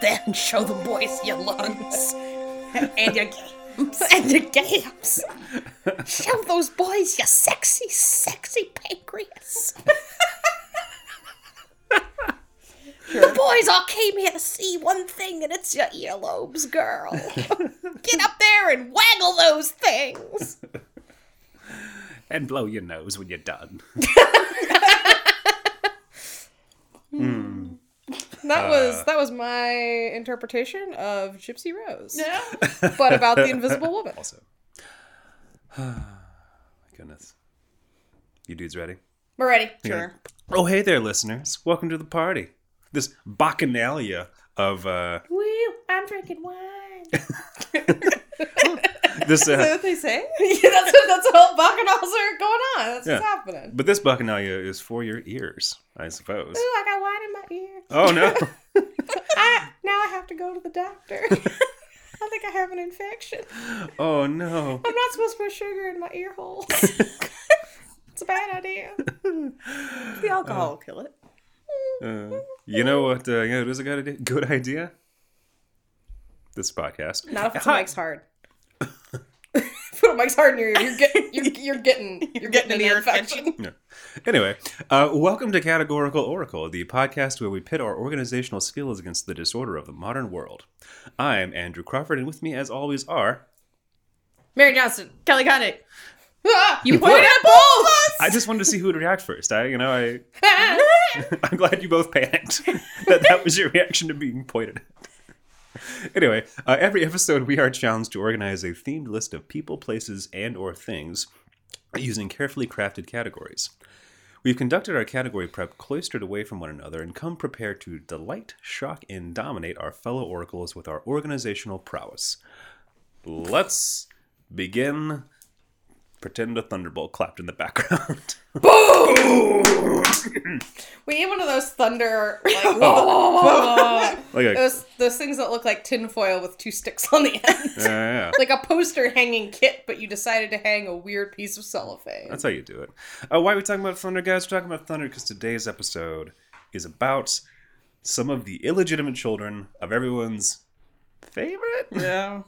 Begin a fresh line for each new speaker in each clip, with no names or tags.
then show the boys your lungs and your games and your games. Show those boys your sexy, sexy pancreas. The boys all came here to see one thing, and it's your earlobes, girl. Get up there and waggle those things.
and blow your nose when you're done.
That was that was my interpretation of Gypsy Rose. But about the Invisible Woman.
Also, my goodness, you dudes ready?
We're ready.
Sure. Oh, hey there, listeners! Welcome to the party. This bacchanalia of uh,
Woo! I'm drinking wine.
this,
Is that
uh,
what they say? yeah, that's what that's all bacchanals are going on. That's what's
Yeah.
happening.
but this bacchanalia is for your ears, I suppose.
Ooh, I got wine in my ear.
Oh no!
I, now I have to go to the doctor. I think I have an infection.
Oh no!
I'm not supposed to put sugar in my ear holes. it's a bad idea. The alcohol will kill it.
Uh, you know what? Uh, you know, what is a good idea. Good idea. This podcast.
Not if it's Mike's hard. Put a Mike's hard in your ear. You're getting, you're, you're getting, you're, getting, an ear infection.
No. Anyway, uh, welcome to Categorical Oracle, the podcast where we pit our organizational skills against the disorder of the modern world. I'm Andrew Crawford, and with me, as always, are
Mary Johnson, Kelly Connick. you
pointed
pointed at both.
I just wanted to see who would react first. I, you know, I I'm glad you both panicked that that was your reaction to being pointed at. Anyway, uh, every episode we are challenged to organize a themed list of people, places, and or things using carefully crafted categories. We've conducted our category prep cloistered away from one another and come prepared to delight, shock, and dominate our fellow oracles with our organizational prowess. Let's begin. Pretend a thunderbolt clapped in the background.
we need one of those thunder, like,
like a,
those those things that look like tinfoil with two sticks on the end,
Yeah, yeah, yeah.
like a poster hanging kit, but you decided to hang a weird piece of cellophane.
That's how you do it. Uh, why are we talking about Thunder, guys? We're talking about Thunder because today's episode is about some of the illegitimate children of everyone's favorite? Yeah.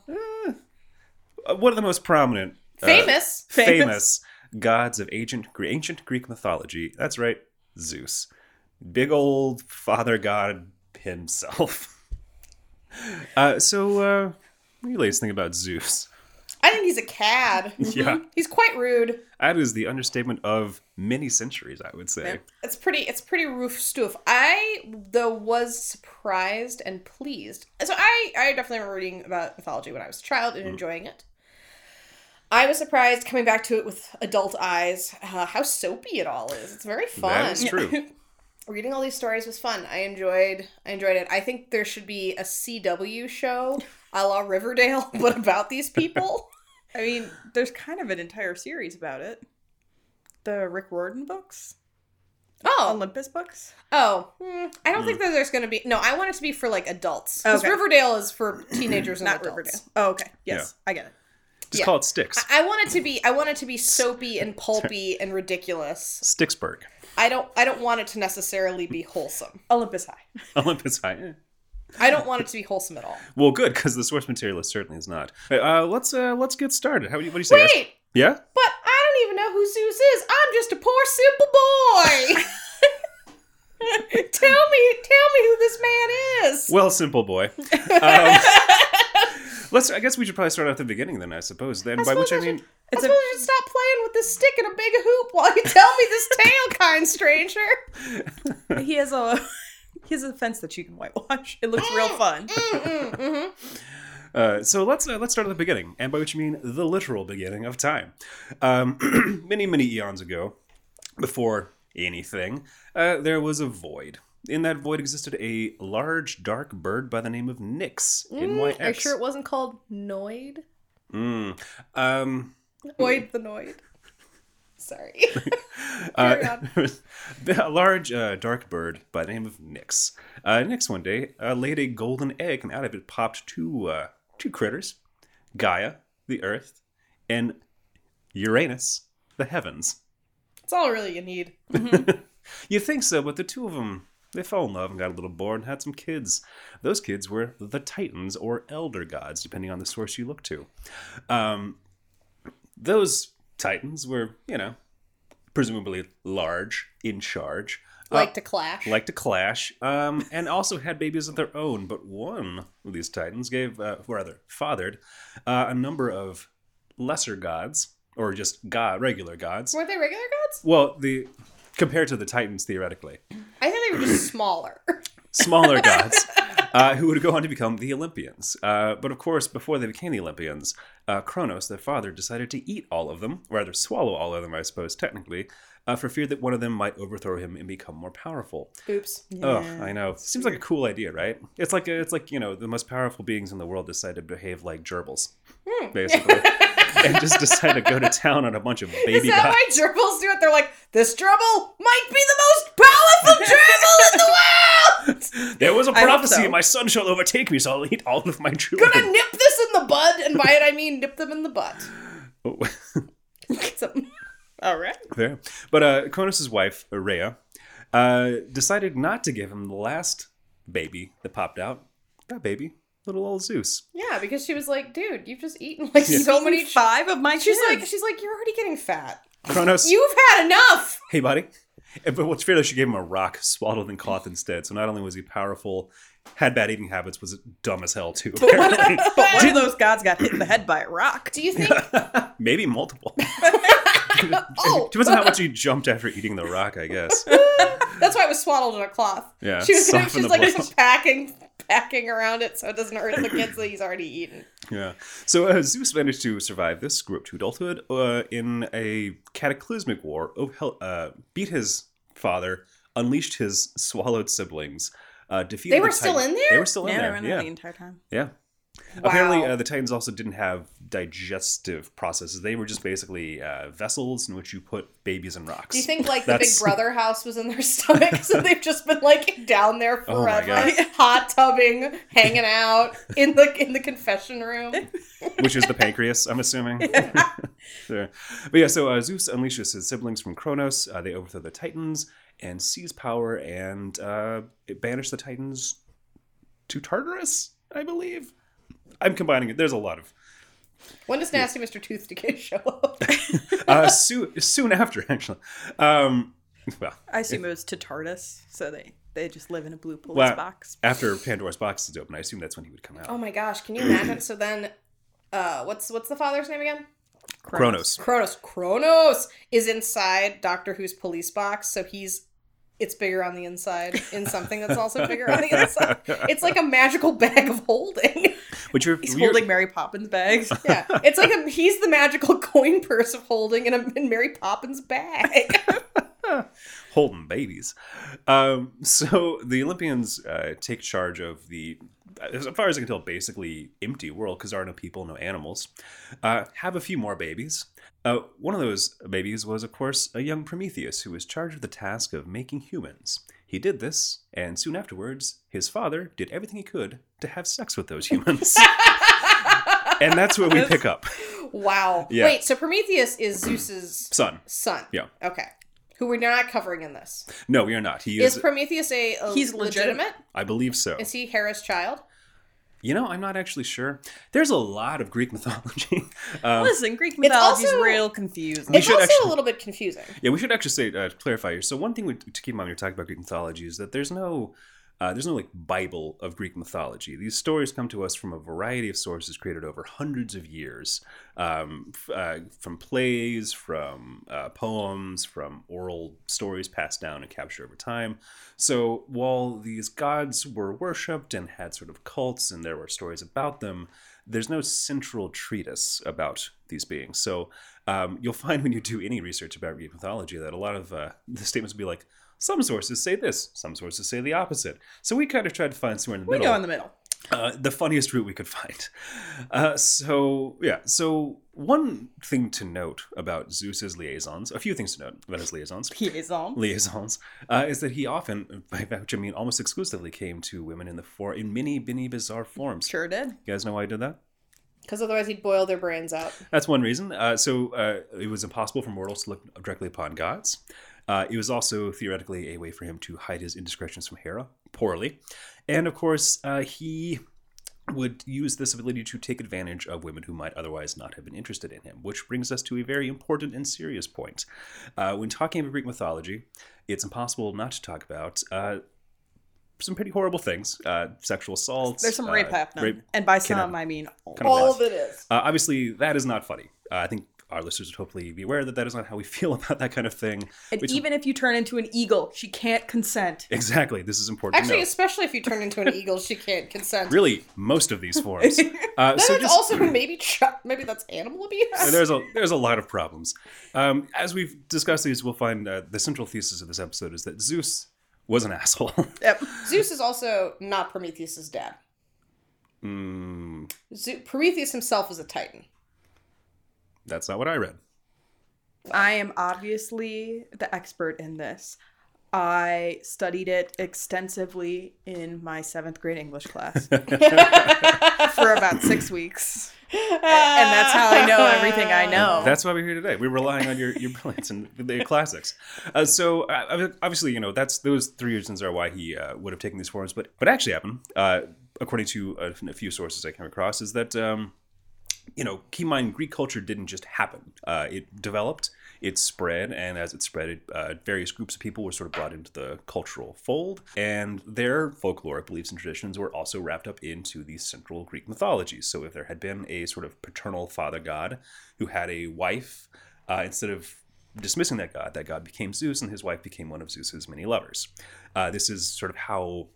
one of the most prominent, uh,
Famous.
famous, gods of ancient, Gre- ancient Greek mythology. That's right, Zeus. Big old father god himself. uh, so, uh, what do you ladies think about Zeus?
I think he's a cad.
Yeah.
He's quite rude.
That is the understatement of many centuries, I would say.
It's pretty. It's pretty roof stoof. I though was surprised and pleased. So I I definitely remember reading about mythology when I was a child
Mm.
and enjoying it. I was surprised coming back to it with adult eyes uh, how soapy it all is. It's very fun.
That is true.
Reading all these stories was fun. I enjoyed. I enjoyed it. I think there should be a CW show, a la Riverdale, but about these people.
I mean, there's kind of an entire series about it. The Rick Warden books,
Oh,
Olympus books.
Oh, mm, I
Hmm.
don't think that there's going to be. No, I want it to be for like adults. Because
Okay.
Riverdale is for teenagers and
Not
adults.
Riverdale. Oh, okay. Yes, I get it.
Just
Yeah.
call it Sticks.
I want it to be. I want it to be soapy and pulpy and ridiculous.
Sticksburg.
I don't. I don't want it to necessarily be wholesome.
Olympus High.
Olympus High. eh.
I don't want it to be wholesome at all.
Well, good because the source material is certainly is not. Uh, let's uh, let's get started. How do you, what do you say? guys?
Wait,
Yeah.
but I don't even know who Zeus is. I'm just a poor simple boy. tell me, tell me who this man is.
Well, simple boy. Um, let's. I guess we should probably start at the beginning then. I suppose. Then by which I
suppose I
mean.
I
It's a-
suppose you should stop playing with this stick and a big hoop while you tell me this tale, kind stranger.
He has a he has a fence that you can whitewash. It looks real fun.
Uh, so let's uh, let's start at the beginning, and by which I mean the literal beginning of time. Um, many many eons ago, before anything, uh, there was a void. In that void existed a large dark bird by the name of Nyx. N-Y-X.
Mm, Are you sure it wasn't called Noid?
Mm-hmm.
Mm. Um,
Noid the Noid. Sorry.
uh, a large uh, dark bird by the name of Nyx. Uh, Nyx one day uh, laid a golden egg, and out of it popped two uh, two critters: Gaia, the Earth, and Uranus, the heavens.
It's all really you need.
You'd think so, but the two of them They fell in love and got a little bored and had some kids. Those kids were the Titans or Elder Gods, depending on the source you look to. Um, those Titans were, you know, presumably large, in charge,
Uh,
Like to clash.
like to clash, um, and also had babies of their own. But one of these titans gave, uh, or rather, fathered uh, a number of lesser gods, or just god, regular gods.
Weren't they regular gods?
Well, the compared to the titans, theoretically,
I thought they were just smaller.
smaller gods uh, who would go on to become the Olympians. Uh, but of course, before they became the Olympians, uh, Kronos, their father, decided to eat all of them, rather swallow all of them, I suppose, technically, uh, for fear that one of them might overthrow him and become more powerful.
Oops.
Oh,
Ugh, I know. Seems like a cool idea, right? It's like it's like you know the most powerful beings in the world decide to behave like gerbils, basically, and just decide to go to town on a bunch of
Is
baby
that
guys.
why gerbils do it? They're like, this gerbil might be the most powerful gerbil in the world!
There was a
hope
prophecy:
so.
my son shall overtake me, so I'll eat all of my children.
Gonna nip this in the bud, and by it I mean nip them in the butt.
Oh.
So-
All right.
Fair. But uh, Cronus' wife, Rhea, uh, decided not to give him the last baby that popped out. That baby, little old Zeus.
yeah, because she was like, dude, you've just eaten like so
So
many.
many five of my
she's
kids.
like, she's like, you're already getting fat.
Kronos,
You've had enough.
hey buddy. Eh, But what's fair though, she gave him a rock swaddled in cloth instead. So not only was he powerful, had bad eating habits, was dumb as hell too. Apparently.
but one of those gods got hit in the head by a rock.
Do you think?
Maybe multiple.
Oh.
Depends on how much he jumped after eating the rock, I guess.
That's why it was swaddled in a cloth.
Yeah,
she was
soften
she's
the
like
blood.
just packing packing around it so it doesn't hurt the kids that he's already eaten.
Yeah. So uh, Zeus managed to survive this, grew up to adulthood uh, in a cataclysmic war, oh, hell, uh, beat his father, unleashed his swallowed siblings. Uh, defeated
They were
the
still
Titan-
in there?
They were still in
Yeah, they were
there.
in
Yeah,
there the entire time.
yeah. Apparently, uh, the Titans also didn't have digestive processes. They were just basically uh, vessels in which you put babies and rocks.
Do you think like the Big
That's-
Brother house was in their stomach, so they've just been like down there
Oh my
forever, hot tubbing, hanging out in the in the confession room?
which is the pancreas, I'm assuming. Sure. But yeah, so uh, Zeus unleashes his siblings from Kronos. Uh, they overthrow the Titans and seize power and uh, banish the Titans to Tartarus, I believe. I'm combining it. There's a lot of.
When does Nasty Mr. Tooth Decay show up?
Uh, soo- soon after, actually. Um, well,
I assume it was to Tardis, so they they just live in a blue police
well,
box.
after Pandora's box is open, I assume that's when he would come out.
Oh my gosh, can you imagine? So then, uh, what's what's the father's name again?
Kronos.
Kronos. Kronos is inside Doctor Who's police box, so he's it's bigger on the inside in something that's also bigger on the inside. It's like a magical bag of holding.
Which you're,
He's
you're-
holding Mary Poppins bags.
Yeah, it's like a, he's the magical coin purse of holding in, a, in Mary Poppins' bag.
holding babies. Um, so the Olympians uh, take charge of the, as far as I can tell, basically empty world because there are no people, no animals. Uh, have a few more babies. Uh, one of those babies was, of course, a young Prometheus who was charged with the task of making humans. He did this, and soon afterwards, his father did everything he could to have sex with those humans. and that's where we pick up.
Wow.
Yeah.
Wait, so Prometheus is Zeus's
Son.
son.
Yeah.
Okay. Who we're not covering in this.
No, we are not. He
Is,
is,
Prometheus a, a
He's
legitimate?
legitimate.
I believe so.
Is he Hera's child?
You know, I'm not actually sure. There's a lot of Greek mythology. Um,
Listen, Greek mythology is
also-
real confusing.
It's
should
also
actually-
a little bit confusing.
yeah, we should actually say uh, to clarify here. So one thing we, to keep in mind when you're talking about Greek mythology is that there's no uh, there's no like Bible of Greek mythology. These stories come to us from a variety of sources created over hundreds of years, um, f- uh, from plays, from uh, poems, from oral stories passed down and captured over time. So while these gods were worshipped and had sort of cults, and there were stories about them, there's no central treatise about these beings. So um, you'll find when you do any research about Greek mythology that a lot of uh, the statements will be like, some sources say this, some sources say the opposite. So we kind of tried to find somewhere in the
we
middle
go in the middle.
uh, the funniest route we could find. Uh, so yeah, so one thing to note about Zeus's liaisons, a few things to note about his liaisons,
Liaison.
liaisons, uh, is that he often, by which I mean almost exclusively, came to women in the for in many, many bizarre forms.
Sure did.
You guys know why I did that?
Because otherwise he'd boil their brains out.
That's one reason. Uh, so uh, it was impossible for mortals to look directly upon gods. Uh, it was also theoretically a way for him to hide his indiscretions from Hera poorly. And of course, uh, he would use this ability to take advantage of women who might otherwise not have been interested in him, which brings us to a very important and serious point. Uh, when talking about Greek mythology, it's impossible not to talk about uh, some pretty horrible things uh, sexual assaults.
There's some
uh,
rape happening.
rape-
and by
can
some,
happen.
I mean all.
Kind of
of it is.
uh, obviously, that is not funny. Uh, I think our listeners would hopefully be aware that that is not how we feel about that kind of thing.
And
Which-
even if you turn into an eagle, she can't consent.
Exactly. This is important
Actually,
to know.
especially if you turn into an eagle, she can't consent.
Really, most of these forms. Uh,
Then
so
it's
just-
also maybe tra- maybe that's animal abuse.
And there's a there's a lot of problems. Um, as we've discussed these, we'll find uh, the central thesis of this episode is that Zeus was an asshole.
Yep.
Zeus is also not Prometheus's dad.
mm,
Ze- Prometheus himself is a titan.
that's not what I read.
I am obviously the expert in this. I studied it extensively in my seventh grade English class for about six weeks. And that's how I know everything I know.
That's why we're here today. We're relying on your, your brilliance and the classics. Uh, so uh, obviously, you know that's those three reasons are why he uh, would have taken these forms. But but actually, happened uh, according to a, a few sources I came across is that um, you know keep in mind Greek culture didn't just happen. Uh, it developed, it spread, and as it spread, it, uh, various groups of people were sort of brought into the cultural fold, and their folkloric beliefs and traditions were also wrapped up into the central Greek mythology. So if there had been a sort of paternal father god who had a wife, uh, instead of dismissing that god, that god became Zeus, and his wife became one of Zeus's many lovers. Uh, this is sort of how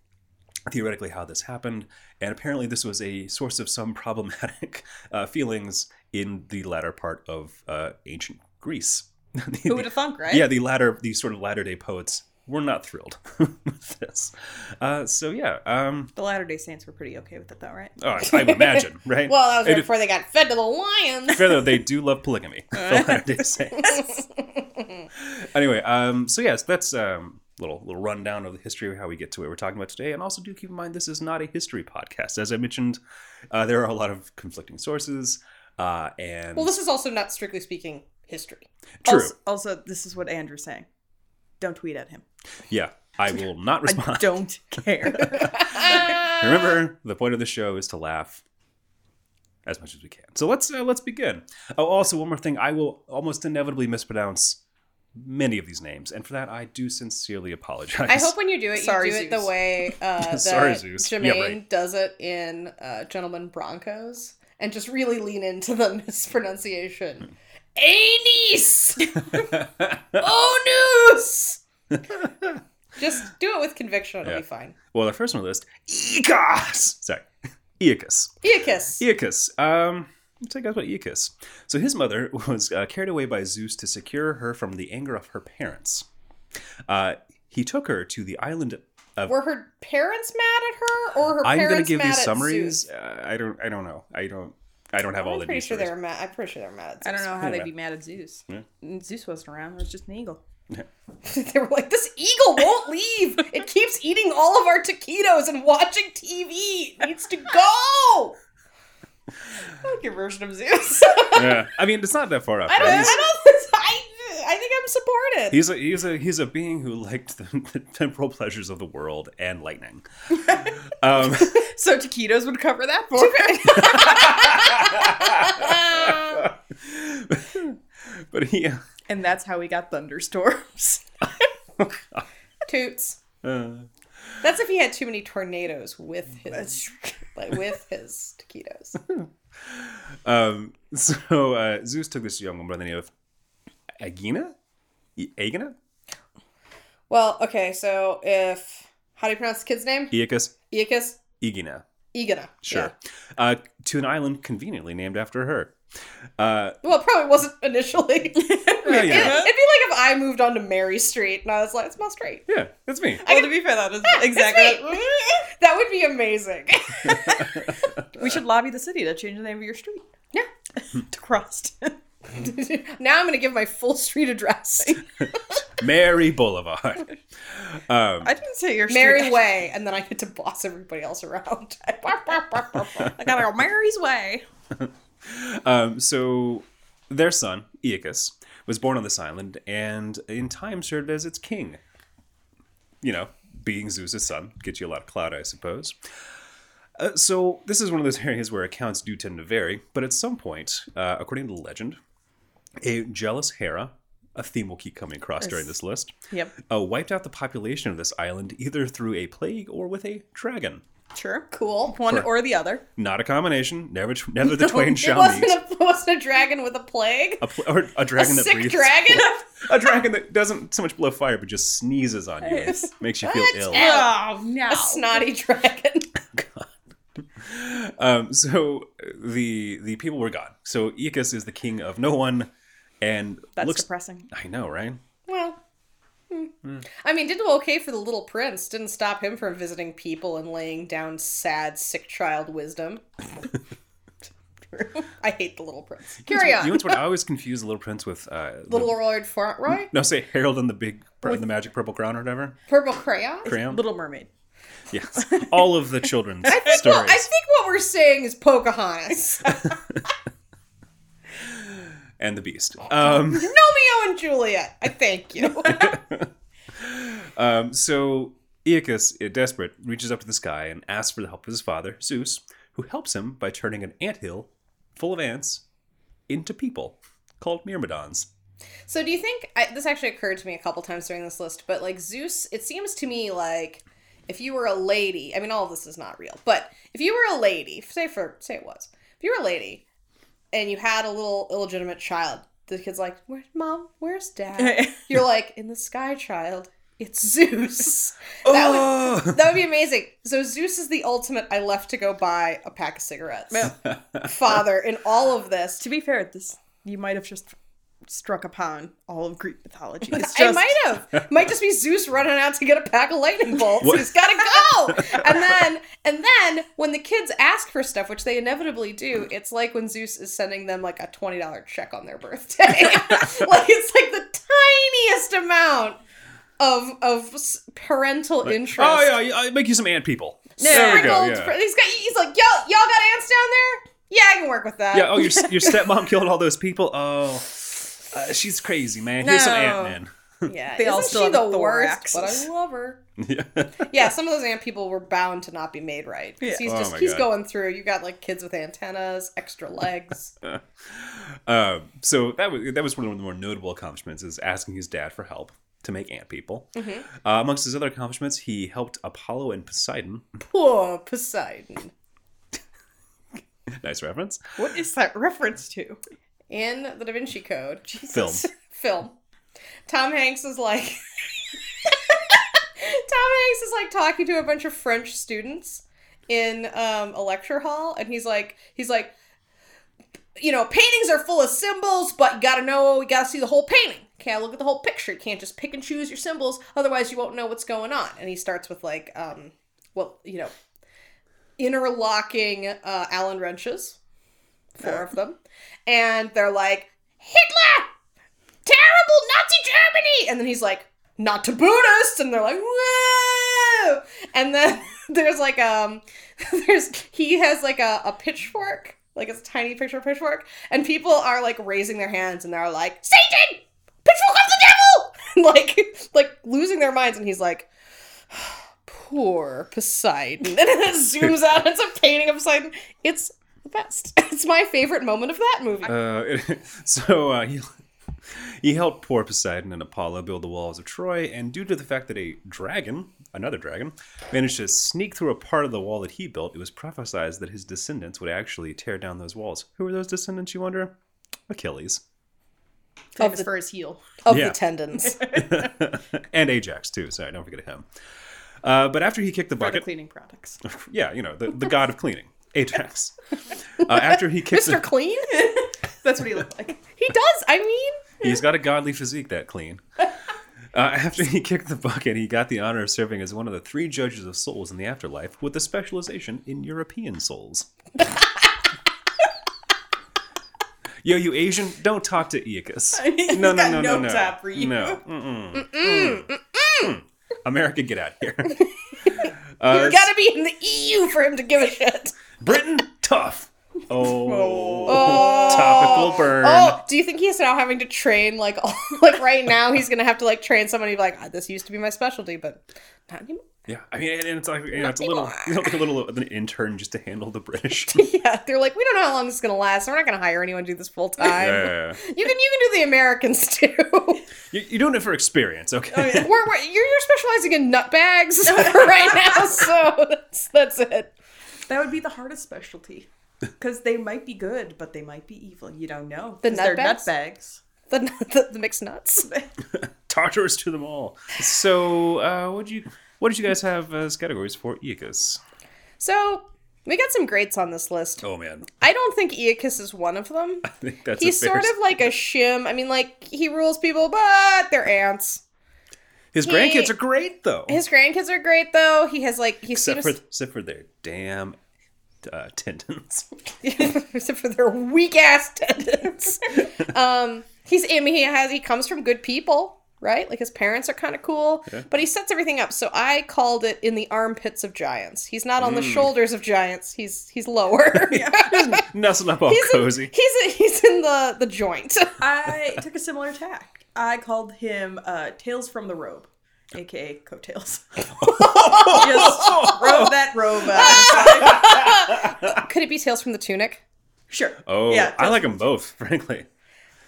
theoretically how this happened, and apparently this was a source of some problematic uh, feelings in the latter part of uh, ancient Greece.
Who would have thunk, right?
Yeah, the latter, these sort of latter day poets were not thrilled with this. Uh, so yeah, um,
The Latter day Saints were pretty okay with it, though, right?
oh, I, I would imagine, right?
Well, that was right
It-
before they got fed to the lions.
Fair though, they do love polygamy. the Latter-day Saints. anyway, um, so yes, that's um, little little rundown of the history of how we get to what we're talking about today. And also, do keep in mind this is not a history podcast. As I mentioned, uh, there are a lot of conflicting sources, uh, and
Well, this is also not strictly speaking history.
true,
Also, also, this is what Andrew's saying. Don't tweet at him.
yeah, I will not
I
respond.
don't care.
Remember, the point of the show is to laugh as much as we can. So let's uh, let's begin. Oh, also one more thing, I will almost inevitably mispronounce many of these names, and for that I do sincerely apologize.
I hope when you do it, you
Sorry,
do it the
Zeus.
way uh, that
Sorry, Zeus. Yeah,
Jermaine
right.
does it in uh, Gentleman Broncos, and just really lean into the mispronunciation. Anus, onus. just do it with conviction; it'll
Yeah.
be fine.
well, our first on the list, Eacus. Sorry, Eacus.
Iacus.
Aeacus. Um, let's take us about Aeacus. So his mother was uh, carried away by Zeus to secure her from the anger of her parents. Uh, he took her to the island of
Were her parents mad at her, or her
I'm
parents
gonna give
mad
these
at
summaries.
Zeus?
Uh, I don't. I don't know. I don't. I don't have all
I'm
the
pretty sure they
details.
were mad. I'm pretty sure they were mad. At
I don't
Zeus.
know how they'd be mad at Zeus. Zeus wasn't around. It was just an eagle.
they were like, "This eagle won't leave. It keeps eating all of our taquitos and watching Oh, TV. It needs to go."
Like your version of Zeus.
yeah. I mean, it's not that far off.
I don't.
right? He's-
I don't. I, I think I'm supported.
He's a he's a he's a being who liked the, the temporal pleasures of the world and lightning. Um,
so taquitos would cover that for me.
but he,
and that's how we got thunderstorms.
Toots.
uh,
That's if he had too many tornadoes with his, like with his taquitos.
um, so uh, Zeus took this young woman by the name of Agina, E- Agina,
Well, okay. So if how do you pronounce the kid's name?
Aeacus,
Iacus.
Egina.
Igana.
Sure. Uh, to an island conveniently named after her. Uh,
Well, it probably wasn't initially.
yeah,
It,
yeah,
would be like if I moved on to Mary Street and I was like, "It's my street."
yeah, that's me.
Well, to be fair, that is exactly.
It's me. that would be amazing.
We should lobby the city to change the name of your street.
Yeah.
to Croston.
now I'm gonna give my full street address,
Mary Boulevard. Um,
I didn't say your street.
Mary Way, and then I get to boss everybody else around.
I gotta go Mary's way.
um, so their son, Aeacus, was born on this island and in time served as its king. You know, being Zeus's son gets you a lot of clout, I suppose. Uh, so this is one of those areas where accounts do tend to vary, but at some point, uh, according to legend, a jealous Hera, a theme we'll keep coming across during this list,
Yep.
uh, wiped out the population of this island either through a plague or with a dragon.
Sure.
Cool.
One
Sure.
or the other.
Not a combination. Never, tw- never the twain
It
shall
wasn't
meet.
a, it wasn't a dragon with a plague.
A, pl- or a dragon that
Sick
breathes.
dragon.
A dragon that doesn't so much blow fire, but just sneezes on you, and makes you feel ill.
Oh no!
A snotty dragon.
Um, so uh, the the people were gone. So Aeacus is the king of no one, and
That's
looks.
depressing.
I know, right?
Well, hmm. I mean, did okay for the little prince. Didn't stop him from visiting people and laying down sad, sick child wisdom. I hate the little prince. Carry on.
You know what's what I always confuse the Little Prince with uh,
Little
the-
Lord Fauntleroy?
no, say Harold and the Big pr the Magic Purple Crown or whatever
Purple Crayon?
crayon.
Little Mermaid.
yes, all of the children's stories.
Well, I think what we're saying is Pocahontas.
and the Beast.
Oh,
Um,
Romeo and Juliet. I thank you.
Um, so Aeacus, uh, desperate, reaches up to the sky and asks for the help of his father, Zeus, who helps him by turning an anthill full of ants into people called Myrmidons.
So do you think I, this actually occurred to me a couple times during this list? But like Zeus, it seems to me like if you were a lady, I mean, all of this is not real, but if you were a lady, say for say it was, if you were a lady, and you had a little illegitimate child, the kid's like, "Where's mom? Where's dad?" You're like, "In the sky, child." It's Zeus. That would-
Oh!
That would be amazing. So Zeus is the ultimate. I left to go buy a pack of cigarettes. Father in all of this.
To be fair, this you might have just struck upon all of Greek mythology. It's
I
just
might have. Might just be Zeus running out to get a pack of lightning bolts.
What?
He's gotta go. And then and then when the kids ask for stuff, which they inevitably do, it's like when Zeus is sending them like a twenty dollar check on their birthday. like it's like the tiniest amount of of s- parental interest.
Oh, yeah, I make you some ant people. There we go,
Sprinkled-
yeah.
He's got he's like, yo, y'all got ants down there? Yeah, I can work with that.
Yeah, oh, your, your stepmom killed all those people? Oh, uh, she's crazy, man. Here's some
No.
Ant-Man.
Yeah,
They all
isn't
still
she
have
the worst?
thoraxes.
But I love her.
Yeah.
yeah, some of those ant people were bound to not be made right. 'Cause
Yeah.
He's
Oh
just
my
he's
God.
going through. You got like kids with antennas, extra legs.
Um, so that was that was one of the more notable accomplishments is asking his dad for help to make ant people. Uh, amongst his other accomplishments, he helped Apollo and Poseidon.
Poor Poseidon.
nice reference.
what is that reference to?
In the Da Vinci Code
Film.
film, Tom Hanks is like Tom Hanks is like talking to a bunch of French students in um, a lecture hall, and he's like he's like you know paintings are full of symbols, but you gotta know you gotta see the whole painting. Okay, look at the whole picture. You can't just pick and choose your symbols, otherwise you won't know what's going on. And he starts with like um well you know interlocking uh, Allen wrenches, four of them, and they're like Hitler, terrible Nazi Germany, and then he's like, not to Buddhists, and they're like, whoa, and then there's like um, there's he has like a, a pitchfork, like it's a tiny picture pitchfork, and people are like raising their hands and they're like, Satan, pitchfork of the devil, like like losing their minds, and he's like. Poor Poseidon. And it zooms out. It's a painting of Poseidon. It's the best. It's my favorite moment of that movie.
Uh, it- so uh, he he helped poor Poseidon and Apollo build the walls of Troy, and due to the fact that a dragon, another dragon, managed to sneak through a part of the wall that he built, it was prophesied that his descendants would actually tear down those walls. Who are those descendants, you wonder? Achilles
Famous for his heel.
of
Yeah.
the tendons.
and Ajax too. Sorry, don't forget him. Uh, but after he kicked the
For the
bucket,
cleaning products.
yeah, you know the, the god of cleaning, Ajax. Uh, after he kicked,
Mr.
the,
Clean?
That's what he looked like.
He does. I mean,
He's got a godly physique, that clean. Uh, after he kicked the bucket, he got the honor of serving as one of the three judges of souls in the afterlife with a specialization in European souls. Yo, you Asian, don't talk to Iacus.
He's
No, no,
got
no, no,
no
no.
time for you.
No. Mm-mm. Mm. Mm. America, get out of here. Uh,
you gotta be in the E EU for him to give a shit.
Britain, tough. Oh,
Oh,
topical will burn.
Oh, do you think he's now having to train like all, like right now he's gonna have to like train somebody like "Ah, this used to be my specialty, but not anymore.
Yeah, I mean, and it's like you know, it's a little, you know, like a little of an intern just to handle the British.
Yeah, they're like, we don't know how long this is gonna last. We're not gonna hire anyone to do this full time.
Yeah.
You can you can do the Americans too. we're,
You- You're doing it for experience, okay?
Oh, we're, you're, you're specializing in nut bags right now, so that's that's it.
That would be the hardest specialty. Because they might be good, but they might be evil. You don't know.
The
'Cause they're
nutbags?
nutbags.
The, the the mixed nuts.
Tartarus to them all. So, uh, what you what did you guys have as categories for Iacus?
So we got some greats on this list.
Oh man,
I don't think Iacus is one of them.
I think that's
He's
a fair
sort of like a shim. I mean, like he rules people, but they're ants.
His
he-
grandkids are great though,
His grandkids are great, though. He has like he's
except
seen
for
a-
except for their damn uh, tendons.
except for their weak ass tendons. um, he's I mean he has he comes from good people, right? Like his parents are kind of cool, but he sets everything up. So I called it in the armpits of giants. He's not on the
Mm.
shoulders of giants. He's he's lower.
Nuzzling up all
he's, in, he's
cozy.
in, he's in the the joint.
I took a similar tack. I called him uh, Tails from the Robe, aka Coattails. Just robe that robe out.
Could it be tails from the tunic?
Sure.
Oh,
yeah.
I like them both, frankly.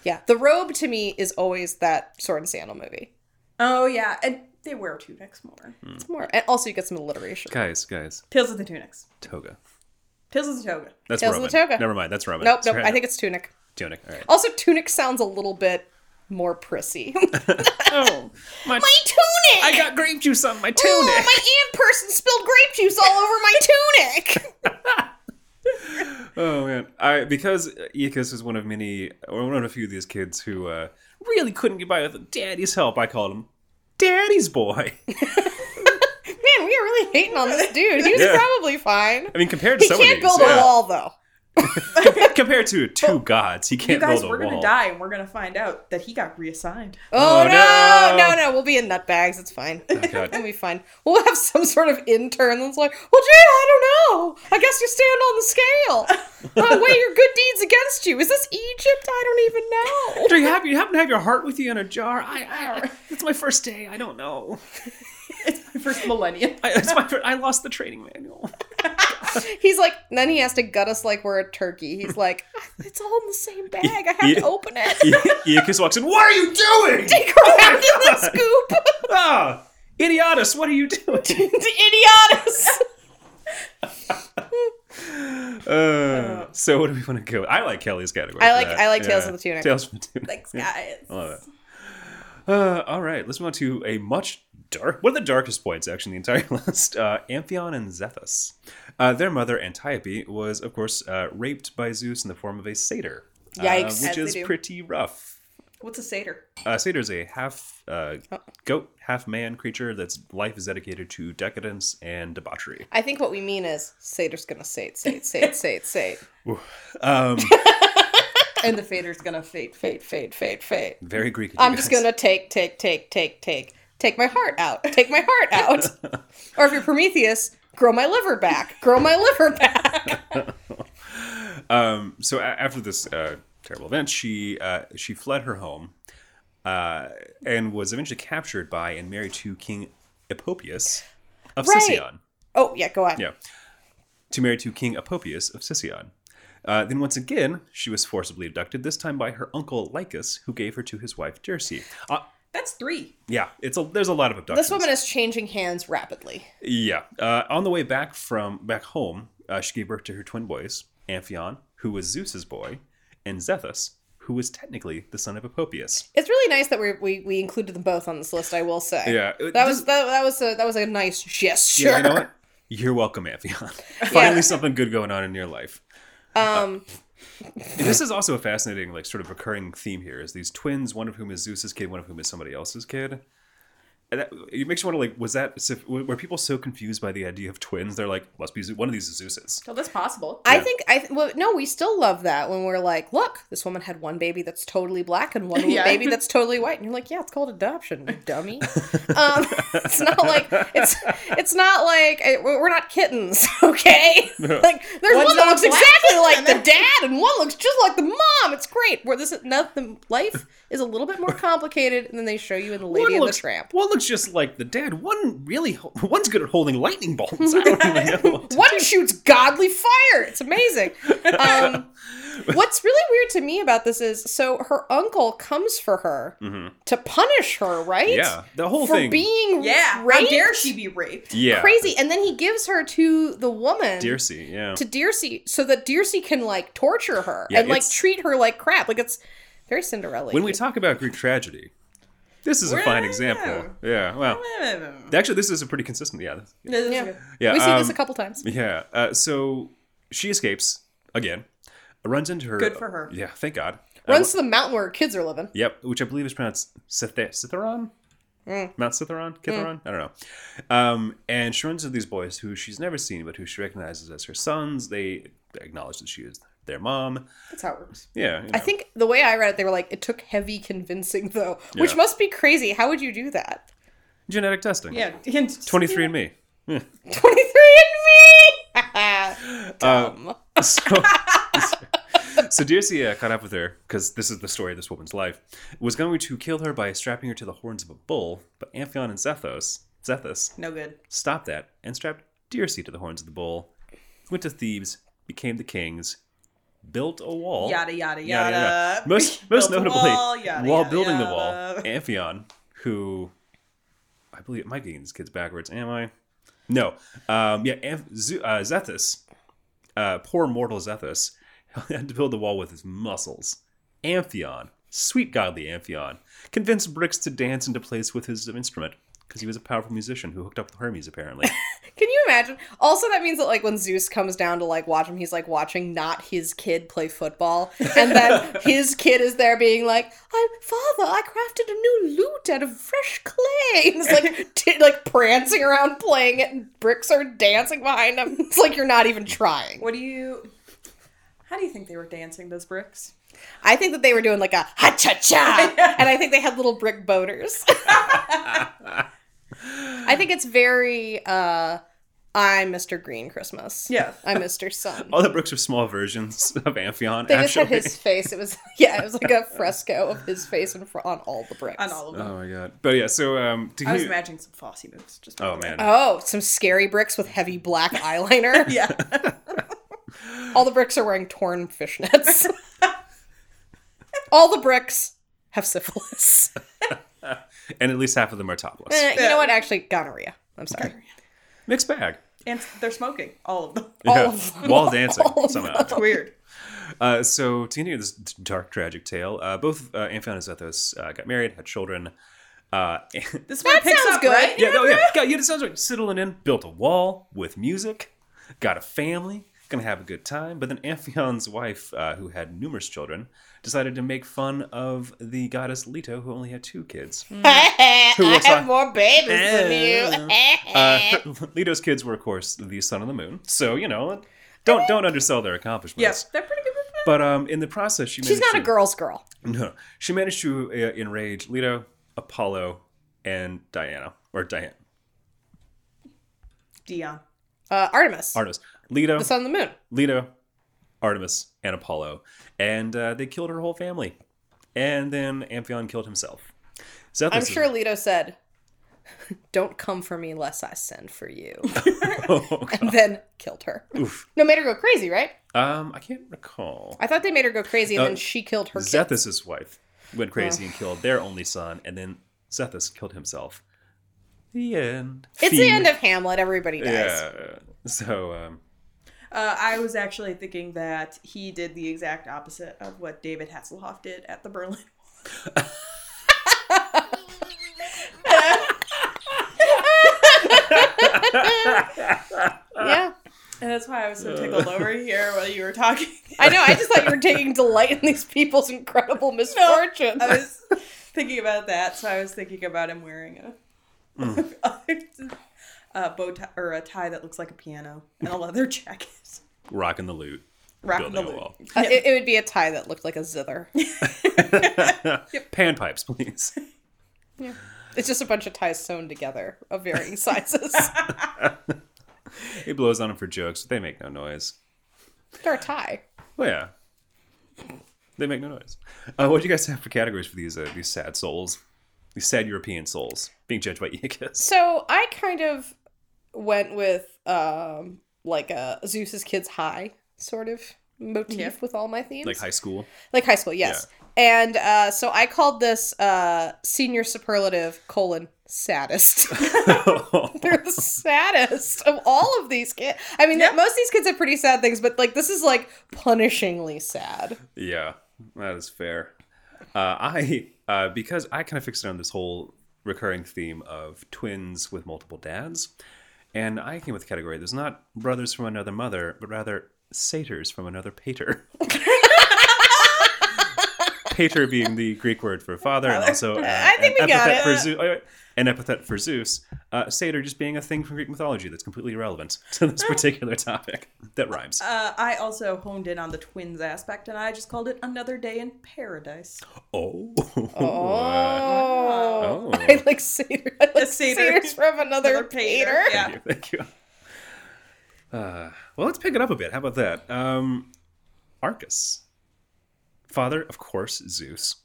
Yeah, the robe to me is always that sword and sandal movie.
Oh, yeah. And they wear tunics more.
It's more, and also you get some alliteration.
Guys, guys,
Tails of the tunics.
toga.
Tails of the toga.
That's
Tales of
Roman.
the toga.
Never mind, that's Roman.
Nope, nope.
Sorry,
I think it's tunic.
tunic. All right.
Also, tunic sounds a little bit more prissy.
Oh, my,
tunic.
I got grape juice on my
Ooh,
tunic.
Oh, my ant person spilled grape juice all over my tunic.
Oh man, I because Iacus was one of many, or one of a few of these kids who uh, really couldn't get by with daddy's help. I called him daddy's boy.
Man, we are really hating on this dude. He was
Yeah.
probably fine.
I mean, compared to
He
some
can't
of these,
build a
yeah.
wall though.
Compa- compared to two gods, he
You
can't
guys,
build a
we're going
wall.
to die, and we're going to find out that he got reassigned.
Oh,
Oh, no.
no. no, no, We'll be in nutbags. It's fine.
Oh, God.
We'll be fine. We'll have some sort of intern that's like, well, gee, I don't know. I guess you stand on the scale. I weigh your good deeds against you. Is this Egypt? I don't even know.
Do you have you happen to have your heart with you in a jar? I, I it's my first day. I don't know.
First millennium.
I, it's my fir- I lost the training manual.
He's like, then he has to gut us like we're a turkey. He's like,
Oh
it's all in the same bag. I have
Yeah.
to open it.
Iacus walks in. What are you doing?
Correct in the scoop.
Ah, idiotus! What are you doing?
Idiotus.
Uh, so what do we want to go? I like Kelly's category.
I
for
like-
that.
I like Tales from the Tunic.
Tales from the Tunic.
Thanks, guys.
I love it. Uh, all right, let's move on to a much dark. One of the darkest points, actually, in the entire list. Uh, Amphion and Zethus. Uh, their mother Antiope was, of course, uh, raped by Zeus in the form of a satyr. uh,
Yikes.
which
As they
is
do.
pretty rough.
What's a satyr?
Uh, satyr is a half uh,
Oh.
goat, half man creature that's life is dedicated to decadence and debauchery.
I think what we mean is Sater's gonna say it, say it, say it, say it, say it.
Um,
And the fader's going to fade, fade.
Fade, fade, fade, fade.
very Greek. of you
I'm just
guys.
gonna take, take, take, take, take, take my heart out, take my heart out. or if you're Prometheus, grow my liver back, grow my liver back.
Um, so a- after this uh, terrible event, she uh, she fled her home uh, and was eventually captured by and married to King Epopius of
Right.
Sicyon.
Oh yeah, go on.
Yeah, to marry to King Epopius of Sicyon. Uh, then once again, she was forcibly abducted. This time by her uncle Lycus, who gave her to his wife Dirce. Uh,
That's three.
yeah, it's a, there's a lot of abductions.
This woman is changing hands rapidly.
Yeah. Uh, on the way back from back home, uh, she gave birth to her twin boys, Amphion, who was Zeus's boy, and Zethus, who was technically the son of Epopius.
It's really nice that we we, we included them both on this list. I will say.
Yeah,
that
it-
was
Uh, this-
that, that was a that was a nice gesture.
Yeah, you know what? You're welcome, Amphion. Finally, something good going on in your life.
Um,
And this is also a fascinating, like, sort of recurring theme here: is these twins, one of whom is Zeus's kid, one of whom is somebody else's kid. and that, it makes you wonder like was that so- were people so confused by the idea of twins they're like must be Zeus- one of these is Zeus's
So that's possible.
I
Yeah.
think I th- well, no, we still love that when we're like, look, this woman had one baby that's totally black and one
Yeah.
baby that's totally white, and you're like, yeah, it's called adoption, you dummy. um, it's not like it's it's not like I- we're we're not kittens, okay? like there's
One's
one that
not
looks
black
exactly like
and
the dad, and one looks just like the mom. It's great. Where this is nothing. Life is a little bit more complicated than they show you in the Lady and the
looks,
Tramp.
one looks just like the dad one really ho- one's good at holding lightning bolts I don't really know
One shoots godly fire. It's amazing. Um, what's really weird to me about this is so her uncle comes for her to punish her, right?
Mm-hmm. yeah the whole
For
thing
being
Yeah.
raped?
How dare she be raped?
yeah
Crazy. And then he gives her to the woman.
Dearcy yeah
To Dearcy, so that Dearcy can like torture her
Yeah,
and like
it's-
treat her like crap. Like it's very Cinderella.
when we talk about Greek tragedy this is a fine example yeah well actually this is a pretty consistent yeah
yeah.
yeah
we see
um,
this a couple times.
Yeah. Uh, so she escapes again, runs into her.
Good for her.
Yeah, thank God. Uh,
Runs to the mountain where her kids are living.
yep, which I believe is pronounced Cithe- Citheron? Mount Citheron? Citheron? I don't know. Um, and she runs into these boys who she's never seen, but who she recognizes as her sons. They acknowledge that she is their mom.
That's how it works.
Yeah. you
I
know.
think the way I read it, they were like, it took heavy convincing though, which
Yeah.
must be crazy. How would you do that?
Genetic testing.
Yeah.
23 and me.
23 and me! Dumb.
Uh, so, so Dircea caught up with her because this is the story of this woman's life. Was going to kill her by strapping her to the horns of a bull, but Amphion and Zethos, Zethus,
No good.
stopped that and strapped Dirce to the horns of the bull. Went to Thebes, became the kings, built a wall.
Yada yada yada.
Most most
Built a
notably,
wall, yada,
while
yada,
building the
yada.
wall, Amphion, who I believe am I getting these kids backwards? Am I? No. Um, yeah, Amph- Zu- uh, Zethus, uh, poor mortal Zethus, had to build the wall with his muscles. Amphion, sweet godly Amphion, convinced Bricks to dance into place with his instrument because he was a powerful musician who hooked up with Hermes apparently.
Can you imagine? Also, that means that like when Zeus comes down to like watch him, he's like watching not his kid play football, and then his kid is there being like, "I, father, I crafted a new lute out of fresh clay." And it's like t- like prancing around playing it, and bricks are dancing behind him. It's like you're not even trying.
What do you? How do you think they were dancing those bricks?
I think that they were doing like a ha cha cha, and I think they had little brick boaters. I think it's very uh I'm Mr. Green Christmas.
Yeah. Oh,
I'm Mr. Sun.
All the Bricks are small versions of Amphion.
they just
actually.
had his face. It was yeah, it was like a fresco of his face in fr- on all the bricks.
On all of them.
Oh my god! But yeah, so um, to
I was
you-
imagining some Fosse moves. Just
oh man,
Oh, some scary bricks with heavy black eyeliner.
Yeah.
All the bricks are wearing torn fishnets. all the bricks have syphilis.
and at least half of them are topless.
Eh, you know what? Actually, gonorrhea. I'm sorry.
Mixed bag.
and they're smoking. All of them.
All
Yeah.
of them.
Wall dancing
All of
somehow.
Weird.
Uh, so to continue this d- dark, tragic tale, uh, both uh, Amphion and Zethos uh, got married, had children. Uh, and-
This one picks
sounds
up,
good.
right?
yeah, no, yeah, God, yeah, it sounds right. Siddling in, built a wall with music, got a family, gonna have a good time. But then Amphion's wife, uh, who had numerous children, decided to make fun of the goddess Leto, who only had two kids. Who
I
looks
have
like-
more babies than
Eh.
you.
Uh, Leto's kids were, of course, the sun and the moon. So you know, don't don't undersell their accomplishments.
Yes, they're pretty good. with that.
But um, in the process, she
She's
managed
not a
to-
girl's girl.
No, she managed to uh, enrage Leto, Apollo, and Diana or Diana
Dion.
Uh, Artemis,
Artemis. Leto,
the sun, and the moon.
Leto, Artemis, and Apollo, and uh, they killed her whole family. And then Amphion killed himself. Zethus
I'm
is-
sure Leto said, "Don't come for me unless I send for you,"
Oh, God.
and then killed her.
Oof.
No, made her go crazy, right?
um, I can't recall.
I thought they made her go crazy, and
Uh,
then she killed her. kid.
Zethus' wife went crazy and killed their only son, and then Zethus killed himself. The end.
It's the end of Hamlet. Everybody dies.
Yeah. So, um,
Uh, I was actually thinking that he did the exact opposite of what David Hasselhoff did at the Berlin.
Yeah.
And that's why I was so tickled over here while you were talking.
I know. I just thought you were taking delight in these people's incredible misfortune.
I was thinking about that, so I was thinking about him wearing a
Hmm.
a bow tie or a tie that looks like a piano and a leather jacket.
Rocking the loot.
Rocking the
building a
loot.
wall.
Uh, it, it would be a tie that looked like a zither.
Panpipes, please.
It's just a bunch of ties sewn together of varying sizes.
He blows on them for jokes, but they make no noise.
They're a tie.
Well, yeah. They make no noise. Uh, what do you guys have for categories for these uh, these sad souls? These sad European souls being judged by Iacus.
So I kind of went with um like a Zeus's kids high sort of motif
Yeah.
with all my themes.
Like high school.
Like high school, yes. And uh, so I called this uh, senior superlative colon saddest. They're the saddest of all of these kids. I mean, most of these kids have pretty sad things, but like this is like punishingly sad.
Yeah, that is fair. Uh, I uh, because I kind of fixed it on this whole recurring theme of twins with multiple dads, and I came with a category. There's not brothers from another mother, but rather satyrs from another pater. pater being the Greek word for father, and also uh,
I think
an
we got
epithet
it.
for Zeus, uh, an epithet for Zeus. Uh, satyr just being a thing from Greek mythology that's completely irrelevant to this particular topic that rhymes.
Uh, I also honed in on the twins aspect, and I just called it another day in paradise.
Oh. Uh, Oh.
Oh. I like satyr. I like
satyr.
satyrs from another,
Another pater.
pater.
Yeah.
Thank you. Thank you. Uh, well, let's pick it up a bit. How about that? Um, Arcus. Father, of course, Zeus.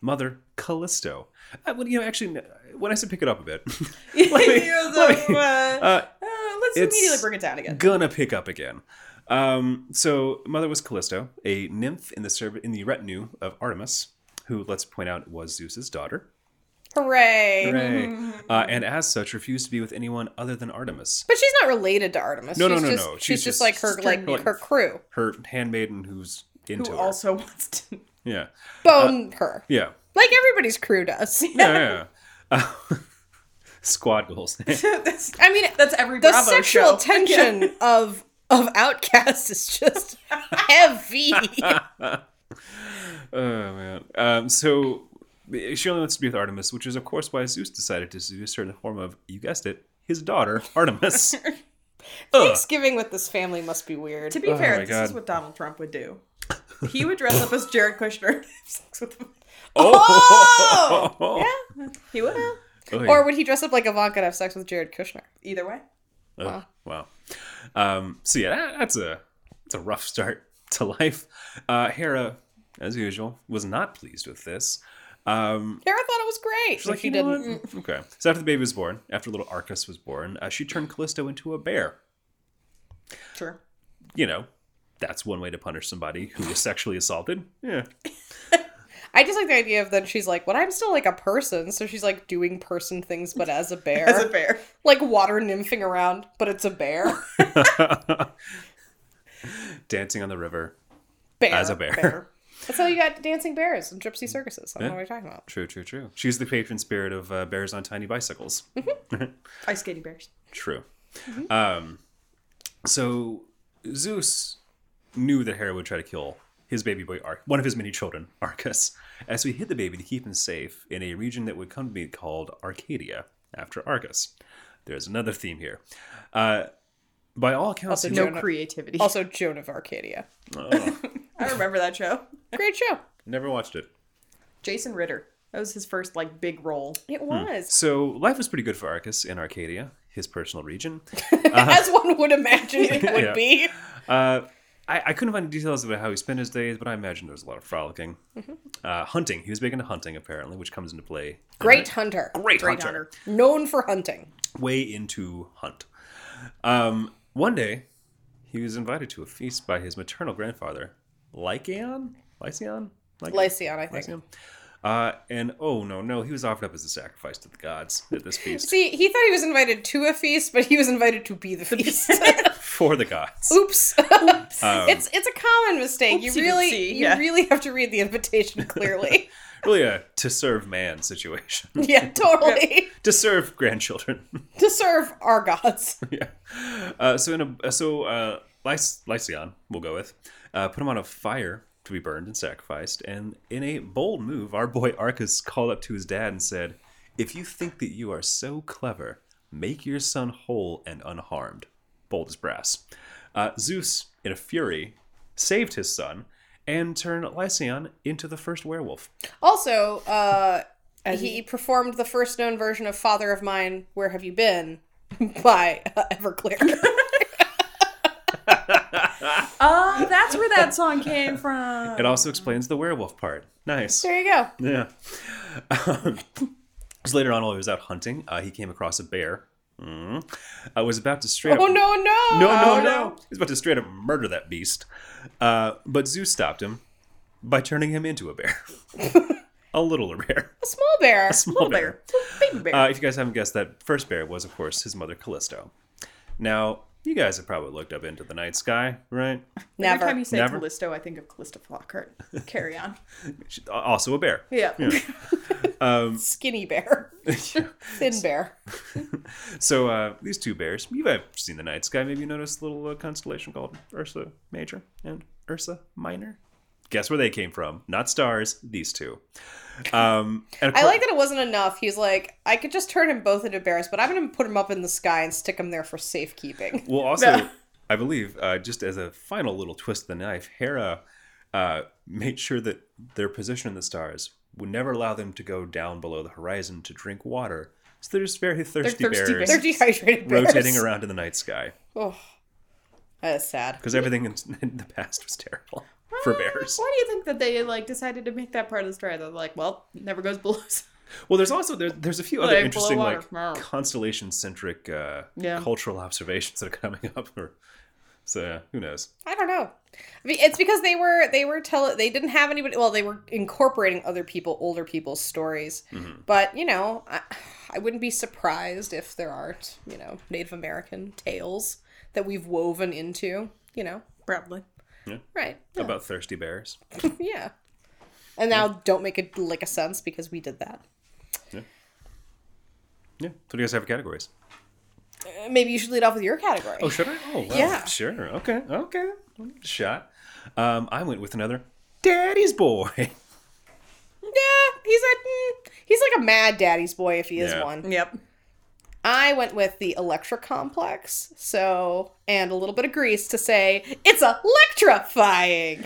Mother, Callisto. Uh, well, you know, actually, when I said pick it up a bit, let me- let me- uh,
let's
It's-
immediately bring it down again.
gonna pick up again. Um, so, mother was Callisto, a nymph in the serv- in the retinue of Artemis, who, let's point out, was Zeus's daughter.
Hooray.
Hooray. Uh, and as such, refused to be with anyone other than Artemis.
But she's not related to Artemis.
No, no,
she's
no,
just,
no.
She's,
She's
just
just-
like her,
just
like
her-
her crew.
Her handmaiden, who's into
Who
her.
also wants to?
Yeah,
Bone
Uh,
her,
yeah.
like everybody's crew does.
yeah, yeah. yeah. Uh, squad goals.
that's,
I mean,
that's every
the
Bravo
sexual
show.
tension of of Outcast is just heavy.
oh man. Um, so she only wants to be with Artemis, which is of course why Zeus decided to seduce her in the form of, you guessed it, his daughter Artemis. Ugh.
Thanksgiving with this family must be weird.
To be
Oh
fair,
my
this is
God.
what Donald Trump would do. He would dress up as Jared Kushner. and have sex with him.
Oh,
He would.
Oh, yeah.
Or would he dress up like Ivanka and have sex with Jared Kushner?
Either way.
Ugh, Oh, wow. Um, so yeah, that, that's a that's a rough start to life. Uh, Hera, as usual, was not pleased with this. Um,
Kara thought it was great.
She's like,
she
"You know
didn't.
what? Mm, Okay. So after the baby was born, after little Arcus was born, uh, she turned Callisto into a bear.
Sure.
You know, that's one way to punish somebody who was sexually assaulted. Yeah.
I just like the idea of that she's like, "Well, I'm still like a person," so she's like doing person things, but as a bear,
As a bear.
like water nymphing around, but it's a bear.
Dancing on the river
bear.
as a bear.
That's how you got dancing bears and gypsy circuses. I don't know what you're talking about.
True, true, true. She's the patron spirit of uh, bears on tiny bicycles.
Ice skating bears.
True. Um, so Zeus knew that Hera would try to kill his baby boy, Ar- one of his many children, Arcus, as he hid the baby to keep him safe in a region that would come to be called Arcadia after Arcus. There's another theme here. Uh, by all accounts,
Also
he-
No
Joan of-
creativity.
Also, Joan of Arcadia.
I remember that show.
Great show.
never watched it.
Jason Ritter. That was his first like big role.
It was.
So life was pretty good for Arcus in Arcadia, his personal region.
As one would imagine it would
Yeah.
be.
Uh, I, I couldn't find any details about how he spent his days, but I imagine there was a lot of frolicking. Uh, hunting. He was big into hunting, apparently, which comes into play.
Great hunter.
Great, hunter.
hunter.
Known for hunting.
Way into hunt. Um, one day, he was invited to a feast by his maternal grandfather, Lycaon? Lycaon? Lycaon?
Lycian, I think.
Lycaon? Uh, and oh no, no, he was offered up as a sacrifice to the gods at this feast
See, he thought he was invited to a feast, but he was invited to be the feast.
for the gods.
Oops. it's it's a common mistake. You
Oopsie
really
doopsie,
you
yeah.
really have to read the invitation clearly.
Really a to serve man situation.
yeah, totally.
to serve grandchildren.
to serve our gods.
yeah. Uh, so in a so uh, Lyc- Lycion, we'll go with, uh, put him on a fire to be burned and sacrificed. And in a bold move, our boy Arcus called up to his dad and said, If you think that you are so clever, make your son whole and unharmed. Bold as brass. Uh, Zeus, in a fury, saved his son and turned Lycion into the first werewolf.
Also, uh, he performed the first known version of Father of Mine, Where Have You Been? by uh, Everclear.
Oh, that's where that song came from.
It also explains the werewolf part. Nice.
there you go.
Yeah. Um, so later on, while he was out hunting, uh, he came across a bear. Mm. I was about to straight up.
Oh, no, no.
No, no,
Oh,
no. He's about to straight up murder that beast. Uh, but Zeus stopped him by turning him into a bear. a littler bear.
A small bear.
Small
bear. Baby bear.
Uh, if you guys haven't guessed, that first bear was, of course, his mother Callisto. Now, you guys have probably looked up into the night sky, right?
Every
Never.
time you say
Never.
Callisto, I think of Callista Flockhart. Carry on.
She- Also a bear.
Yeah.
Skinny bear. Thin bear.
So uh, these two bears, you've uh, seen the night sky. Maybe you noticed a little uh, constellation called Ursa Major and Ursa Minor. Guess where they came from? Not stars. These two. Um, and of
I
cour-
like that it wasn't enough. He's like, I could just turn him both into bears, but I'm going to put him up in the sky and stick him there for safekeeping.
Well, also, I believe uh, just as a final little twist of the knife, Hera uh, made sure that their position in the stars would never allow them to go down below the horizon to drink water. So they're just very thirsty,
thirsty
bears,
They're dehydrated bears.
rotating around in the night sky
Oh, that is sad.
because everything in, in the past was terrible
Ah,
for bears.
Why do you think that they like decided to make that part of the story? They're like, well, never goes below.
Well, there's also there, there's a few other
Like,
interesting
blow
like
water.
constellation centric uh,
Yeah.
cultural observations that are coming up. Or, so yeah, who knows?
I don't know. I mean, it's because they were they were tell they didn't have anybody. Well, they were incorporating other people, older people's stories. But you know, I, I wouldn't be surprised if there aren't you know Native American tales that we've woven into. You know,
Probably.
right? Yeah.
About thirsty bears.
yeah. And now don't make a lick of sense because we did that.
Yeah. So do you guys have categories?
Uh, Maybe you should lead off with your category.
Oh, should I? Oh, well,
Yeah.
Sure. Okay. Okay. Shot. Um, I went with another daddy's boy.
Yeah, he's a mm, he's like a mad daddy's boy if he is
Yeah.
one.
Yep.
I went with the Electra complex, so and a little bit of grease to say it's electrifying.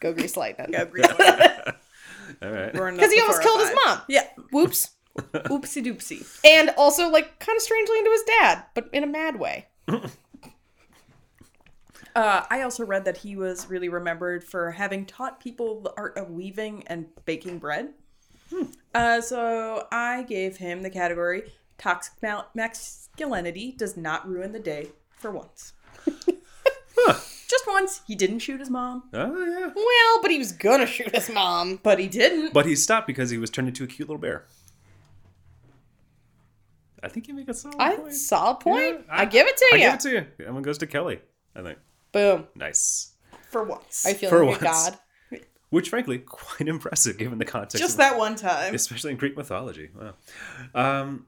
Go grease lightning.
Yeah, agree on that.
All right.
We're enough
Because he
before
almost
I
killed his
five.
mom.
Yeah.
Whoops.
Oopsie doopsie.
And also like kind of strangely into his dad, but in a mad way.
Uh, I also read that he was really remembered for having taught people the art of weaving and baking bread.
Hmm.
Uh, so I gave him the category toxic mal- masculinity does not ruin the day for once. Just once. He didn't shoot his mom,
Oh yeah.
Well, but he was gonna shoot his mom.
but he didn't.
But he stopped because he was turned into a cute little bear. I think you make a solid
I
point.
solid point.
Yeah,
I, give it to
I
you.
give it to you. That one goes to Kelly. I think.
Boom.
Nice.
for once.
I feel
For
like a
once.
god.
Which, frankly, quite impressive given the context.
Just
of-
that one time.
especially in Greek mythology. Wow. Um,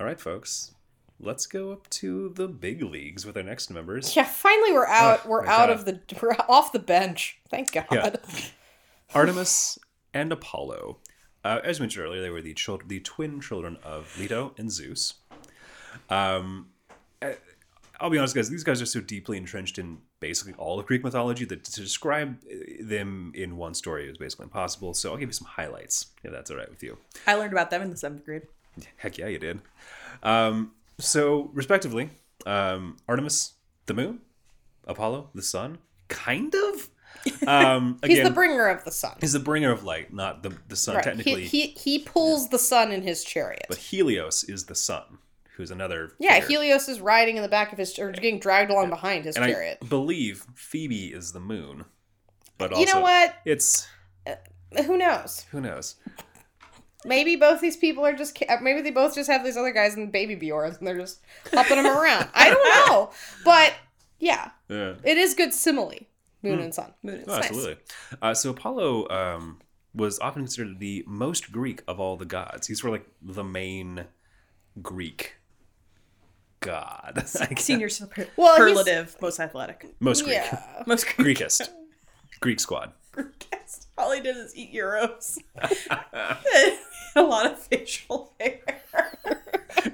all right, folks. Let's go up to the big leagues with our next members.
Yeah, finally we're out.
Oh,
we're
my
out
God.
of the. We're off the bench. Thank God.
Yeah. Artemis and Apollo. Uh, as mentioned earlier, they were the children, the twin children of Leto and Zeus. Um, I- I'll be honest, guys. These guys are so deeply entrenched in basically all of Greek mythology that to describe uh, them in one story is basically impossible. So I'll give you some highlights, if that's all right with you.
I learned about them in the seventh grade.
Heck yeah, you did. Um, so, respectively, um, Artemis, the moon, Apollo, the sun, kind of. Um,
He's
again,
the bringer of the sun.
he's the bringer of light, not the, the sun
Right. He,
technically.
he he pulls the sun in his chariot.
but Helios is the sun, who's another.
yeah,
figure.
Helios is riding in the back of his or getting dragged along behind his
And
chariot.
I believe Phoebe is the moon. But also,
you know what?
It's
Who knows?
who knows.
Maybe both these people are just. ca- Maybe they both just have these other guys in baby Bjorns and they're just hopping them around. I don't know, but yeah,
Yeah.
it is good simile. Moon and sun.
Moon is
Oh, absolutely. Uh, so Apollo um, was often considered the most Greek of all the gods. He's sort of like the main Greek god.
Senior super-
Well, he's-
superlative, most athletic,
most Greek.
Yeah.
most Greek.
Greekest. Greek squad.
probably did is eat euros. a lot of facial hair.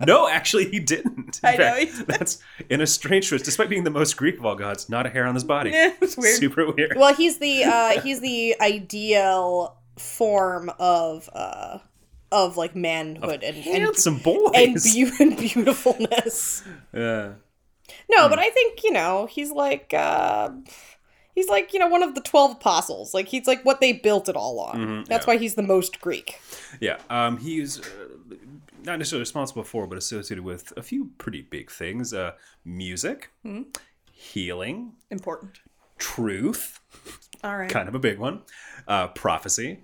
No, actually, he didn't. In
I know he didn't.
That's in a strange twist. Despite being the most Greek of all gods, not a hair on his body.
it's weird.
Super weird.
Well, he's the uh, he's the ideal form of uh, of like manhood and and,
Handsome
and,
boys.
beau- and beautifulness.
yeah. Hmm.
No, but I think you know he's like uh, he's like you know one of the twelve apostles. Like he's like what they built it all on.
Mm-hmm,
That's why he's the most Greek.
Yeah, um, he's uh, not necessarily responsible for, but associated with a few pretty big things: uh, music,
Hmm.
healing,
Important.
truth,
Hmm. All right.
kind of a big one, uh, prophecy.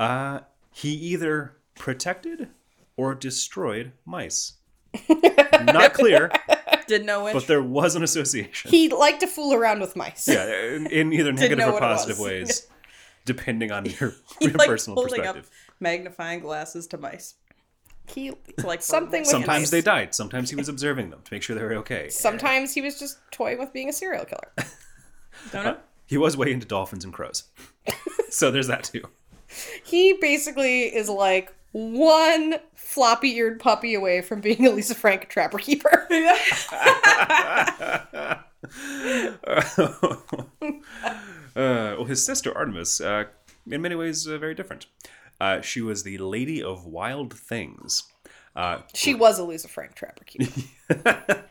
Uh, he either protected or destroyed mice. not clear,
Didn't know which.
but there was an association.
He liked to fool around with mice.
Yeah, in, in either negative
know
or
what it
positive
was.
ways, depending on your, your
like
personal
holding
perspective.
up magnifying glasses to mice.
He
It's like
something. With
Sometimes
mice.
they died. Sometimes he was observing them to make sure they were okay.
Sometimes he was just toying with being a serial killer.
Don't know.
He was way into dolphins and crows. so there's that too.
He basically is like one floppy eared puppy away from being a Lisa Frank trapper keeper.
uh, well, his sister Artemis, uh, in many ways, uh, very different. Uh, she was the Lady of Wild Things. Uh,
she was a Lisa Frank trapper keeper.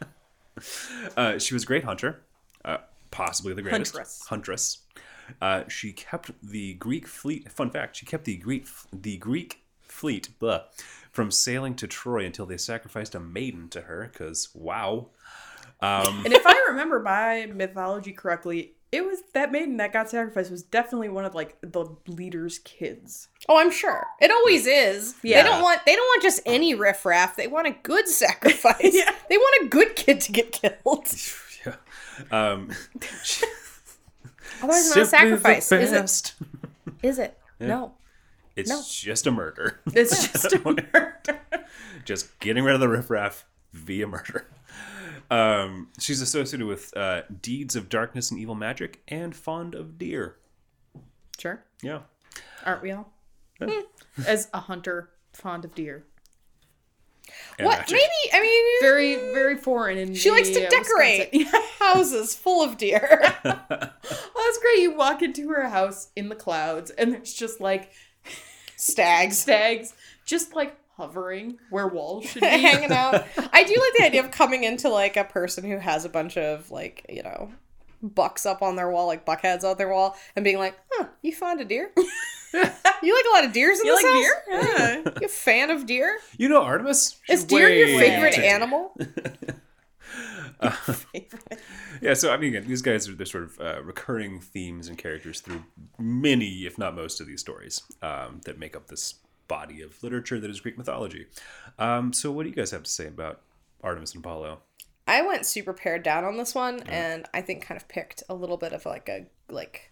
uh, she was a great hunter, uh, possibly the greatest
Huntress.
Huntress. Uh, she kept the Greek fleet. Fun fact: she kept the Greek the Greek fleet blah, from sailing to Troy until they sacrificed a maiden to her. Because wow,
And if I remember my mythology correctly, it was that maiden that got sacrificed was definitely one of like the leader's kids.
Oh, I'm sure. It always is.
Yeah.
They don't want they don't want just any riffraff. They want a good sacrifice. They want a good kid to get killed.
yeah. Um, she-
Otherwise it's not a
Simply the
sacrifice. Is it?
best.
Is it? No.
It's just a murder.
It's just
just getting rid of the riffraff via murder. Um, she's associated with uh, deeds of darkness and evil magic, and fond of deer.
sure.
Yeah,
Aren't we all? As a hunter, fond of deer.
and
what?
magic.
Maybe I mean
Very, very foreign. In
she likes to
the, uh,
decorate
Wisconsin-
houses full of deer.
Well, that's great. You walk into her house in the clouds, and there's just like
Stags.
stags, just like hovering where walls should be.
hanging out. I do like the idea of coming into like a person who has a bunch of like, you know, bucks up on their wall, like buckheads on their wall, and being like, huh, you fond of deer? you like a lot of deers in
You
this
like
house? Yeah. You a fan of deer?
You know Artemis?
Is
She's
deer your
way
favorite
into-
animal?
Yeah, so I mean, again, these guys are the sort of uh, recurring themes and characters through many, if not most, of these stories um, that make up this body of literature that is Greek mythology. Um, so, what do you guys have to say about Artemis and Apollo?
I went super pared down on this one, and I think kind of picked a little bit of like a like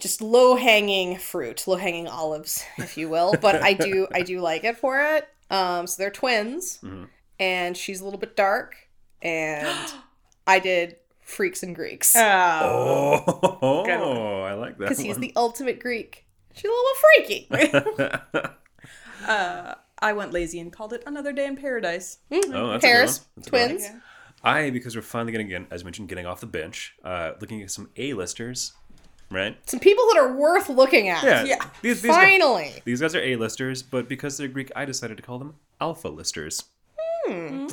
just low hanging fruit, low hanging olives, if you will. But I do I do like it for it. Um, so they're twins,
Mm-hmm.
and she's a little bit dark, and I did freaks and Greeks
Ah,
Oh.
Oh,
good one.
I like that.
because he's
one.
the ultimate Greek. She's a little freaky.
Uh, I went lazy and called it another day in paradise.
Oh, that's a good
Pairs,
one. That's a good one.
twins.
I, because we're finally getting, again, as mentioned, getting off the bench, uh, looking at some A-listers, right?
Some people that are worth looking at.
Yeah.
Yeah.
These, these, guys,
Finally.
these guys are A-listers, but because they're Greek, I decided to call them alpha-listers. Hmm.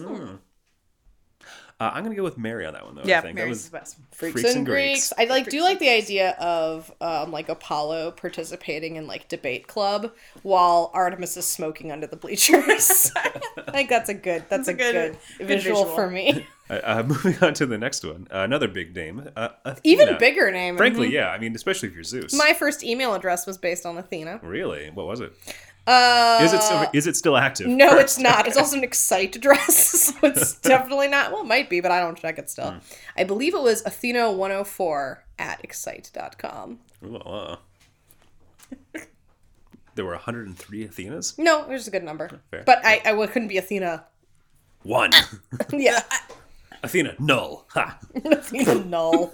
Uh, I'm going to go with Mary on that one, though. I think.
Mary's
that was
best.
Freaks, and, Greeks. I like do like the idea of um, like Apollo participating in like debate club while Artemis is smoking under the bleachers. I think that's a good that's, a, good, visual,
visual.
for me.
Uh, uh, moving on to the next one. Uh, another big name. Uh, Athena.
Even bigger name.
Frankly, yeah. I mean, especially if you're Zeus.
My first email address was based on Athena.
Really? What was it?
Uh,
Is it still, is it still active?
No, it's not. It's also an Excite address, so it's definitely not. Well, it might be, but I don't check it still. I believe it was Athena104 at Excite.com.
Ooh, uh. there were 103 Athenas?
No, it was a good number.
Fair.
But I, I well, it couldn't be Athena.
One.
Yeah.
Athena, null. Ha.
Athena null.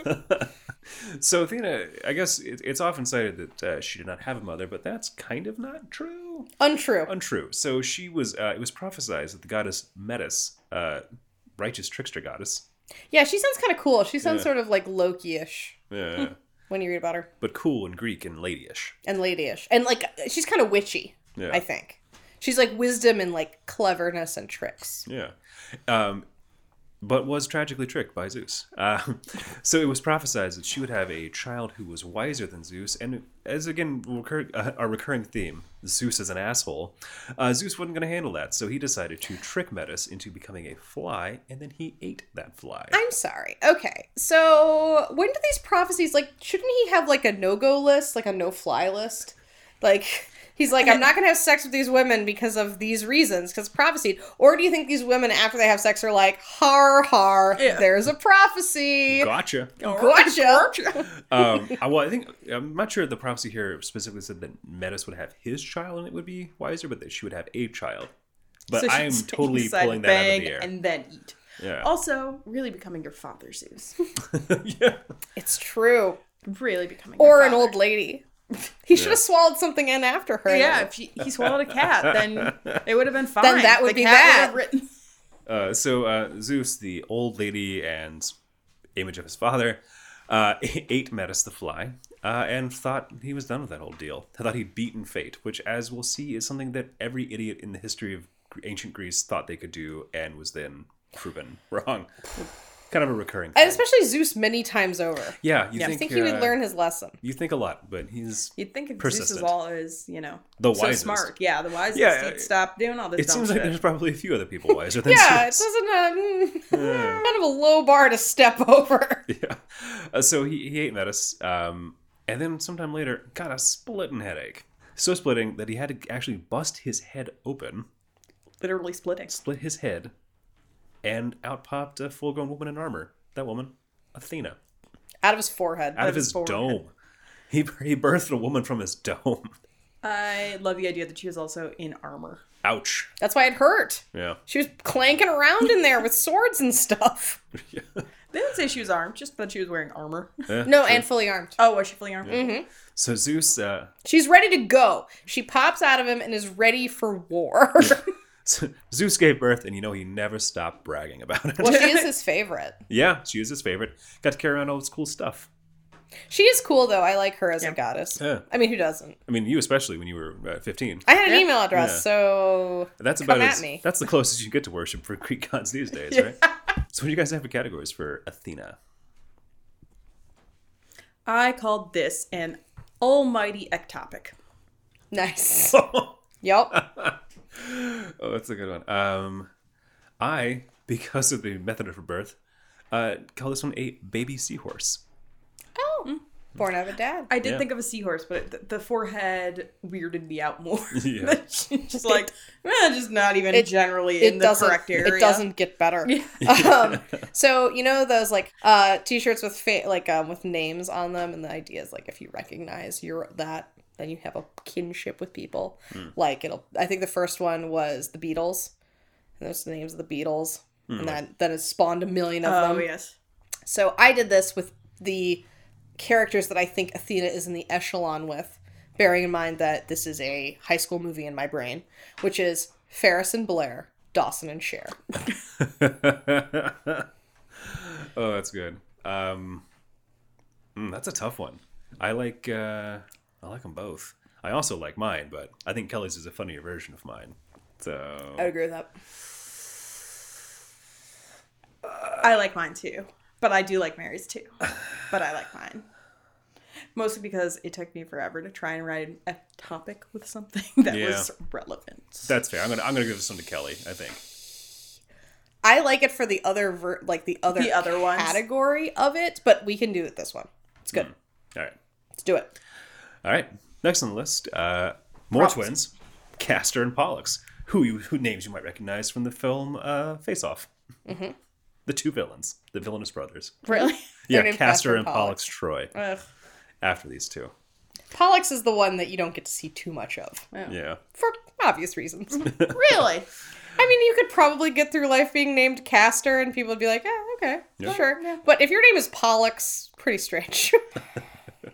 So Athena, I guess it, it's often cited that uh, she did not have a mother, but that's kind of not true.
Untrue.
Untrue. So she was. Uh, it was prophesied that the goddess Metis, uh, righteous trickster goddess.
Yeah, she sounds kind of cool. She sounds
Yeah.
sort of like Loki-ish
Yeah.
when you read about her,
but cool and Greek and ladyish.
and lady-ish, and like she's kind of witchy.
Yeah.
I think she's like wisdom and like cleverness and tricks.
Yeah. Um, but was tragically tricked by Zeus. Uh, so it was prophesied that she would have a child who was wiser than Zeus. And as again, recur- uh, a recurring theme, Zeus is an asshole. Uh, Zeus wasn't going to handle that. So he decided to trick Metis into becoming a fly, and then he ate that fly.
I'm sorry. Okay, so when do these prophecies like? Shouldn't he have like a no-go list, like a no-fly list? Like he's like, I'm not gonna have sex with these women because of these reasons, because prophesied. Or do you think these women after they have sex are like, har har,
Yeah.
there's a prophecy.
Gotcha.
Gotcha.
Um, I- well, I think I'm not sure the prophecy here specifically said that Metis would have his child and it would be wiser, but that she would have a child. But
So she
I am
just
totally
decide
pulling that out of
bang
the air.
And then eat.
yeah.
Also, really becoming your father, Zeus.
yeah.
it's true.
Really becoming your
Or an
father.
old lady. He should have swallowed something in after her.
Yeah, if he, he swallowed a cat, then it would have been fine.
that would
The
be
cat
that.
would have written-
Uh, so uh, Zeus, the old lady and image of his father, uh, ate Metis the fly uh, and thought he was done with that whole deal. I thought he'd beaten fate, which, as we'll see, is something that every idiot in the history of ancient Greece thought they could do and was then proven wrong. kind of a recurring thing.
And especially Zeus many times over.
yeah, you
I
think,
think he
uh,
would learn his lesson.
You think a lot, but he's.
You'd think if Zeus
Persistent.
is always, you know,
The
so
wisest.
smart. Yeah, the wisest.
Yeah,
he'd stop doing all this
It
dumb
seems like
shit.
there's probably a few other people wiser than
Yeah, it
Zeus.
doesn't uh, mm, kind of a low bar to step over.
yeah. Uh, so he, he ate Metis, um, and then sometime later got a splitting headache. So splitting that he had to actually bust his head open,
Literally splitting.
split his head, and out popped a full grown woman in armor. That woman, Athena,
Out of his forehead.
out of his
forehead.
dome. He, he birthed a woman from his dome.
I love the idea that she was also in armor.
Ouch.
That's why it hurt.
Yeah.
She was clanking around in there with swords and stuff.
They didn't say she was armed, just that she was wearing armor.
Yeah.
No, and fully armed.
oh, was she fully armed?
So Zeus, uh,
She's ready to go. She pops out of him and is ready for war.
Zeus gave birth, and you know he never stopped bragging about it.
well, she is his favorite.
Yeah, she was his favorite. Got to carry around all his cool stuff.
She is cool, though. I like her as a
Yeah.
goddess.
Yeah.
I mean, who doesn't?
I mean, you especially when you were uh, 15.
I had an
Yeah.
email address,
Yeah.
so
That's
Come
about
at
as,
me.
That's the closest you get to worship for Greek gods these days, right? So, what do you guys have for categories for Athena?
I called this an almighty ectopic.
nice.
oh,
yep.
that's a good one. Um, I, because of the method of her birth, uh, call this one a baby seahorse.
Oh, born out of a dad.
I did
Yeah.
think of a seahorse, but th- the forehead weirded me out more.
Yeah.
just like, eh, just not even
It-
generally
it
in the
doesn't
correct area.
it doesn't get better um, so you know those like uh t-shirts with fa- like um with names on them and the idea is like if you recognize you're that then you have a kinship with people
Hmm.
like it'll i think the first one was the beatles and there's the names of the beatles
Hmm.
and that then it spawned a million of
Oh
them
yes.
so i did this with the characters that i think athena is in the echelon with bearing in mind that this is a high school movie in my brain which is ferris and blair dawson and cher
oh, that's good. Um, mm, that's a tough one. I like uh, I like them both. I also like mine, but I think Kelly's is a funnier version of mine. So
I would agree with that.
I like mine too, but I do like Mary's too. But I like mine mostly because it took me forever to try and write a topic with something that
Yeah.
was relevant.
that's fair. I'm gonna I'm gonna give this one to Kelly. I think.
I like it for the other ver- like the other
The other ones.
category of it, but we can do it this one. It's good.
All right.
Let's do it.
All right. Next on the list, uh, more
Props.
twins, Castor and Pollux, who you, who names you might recognize from the film uh, Face Off. Mm-hmm. The two villains, the villainous brothers.
Really?
yeah, Castor, and Pollux, Troy.
Ugh.
After these two.
Pollux is the one that you don't get to see too much of
Yeah.
for obvious reasons.
really.
I mean, you could probably get through life being named Castor, and people would be like, "Oh, okay,
Yeah.
sure." But if your name is Pollux, pretty strange.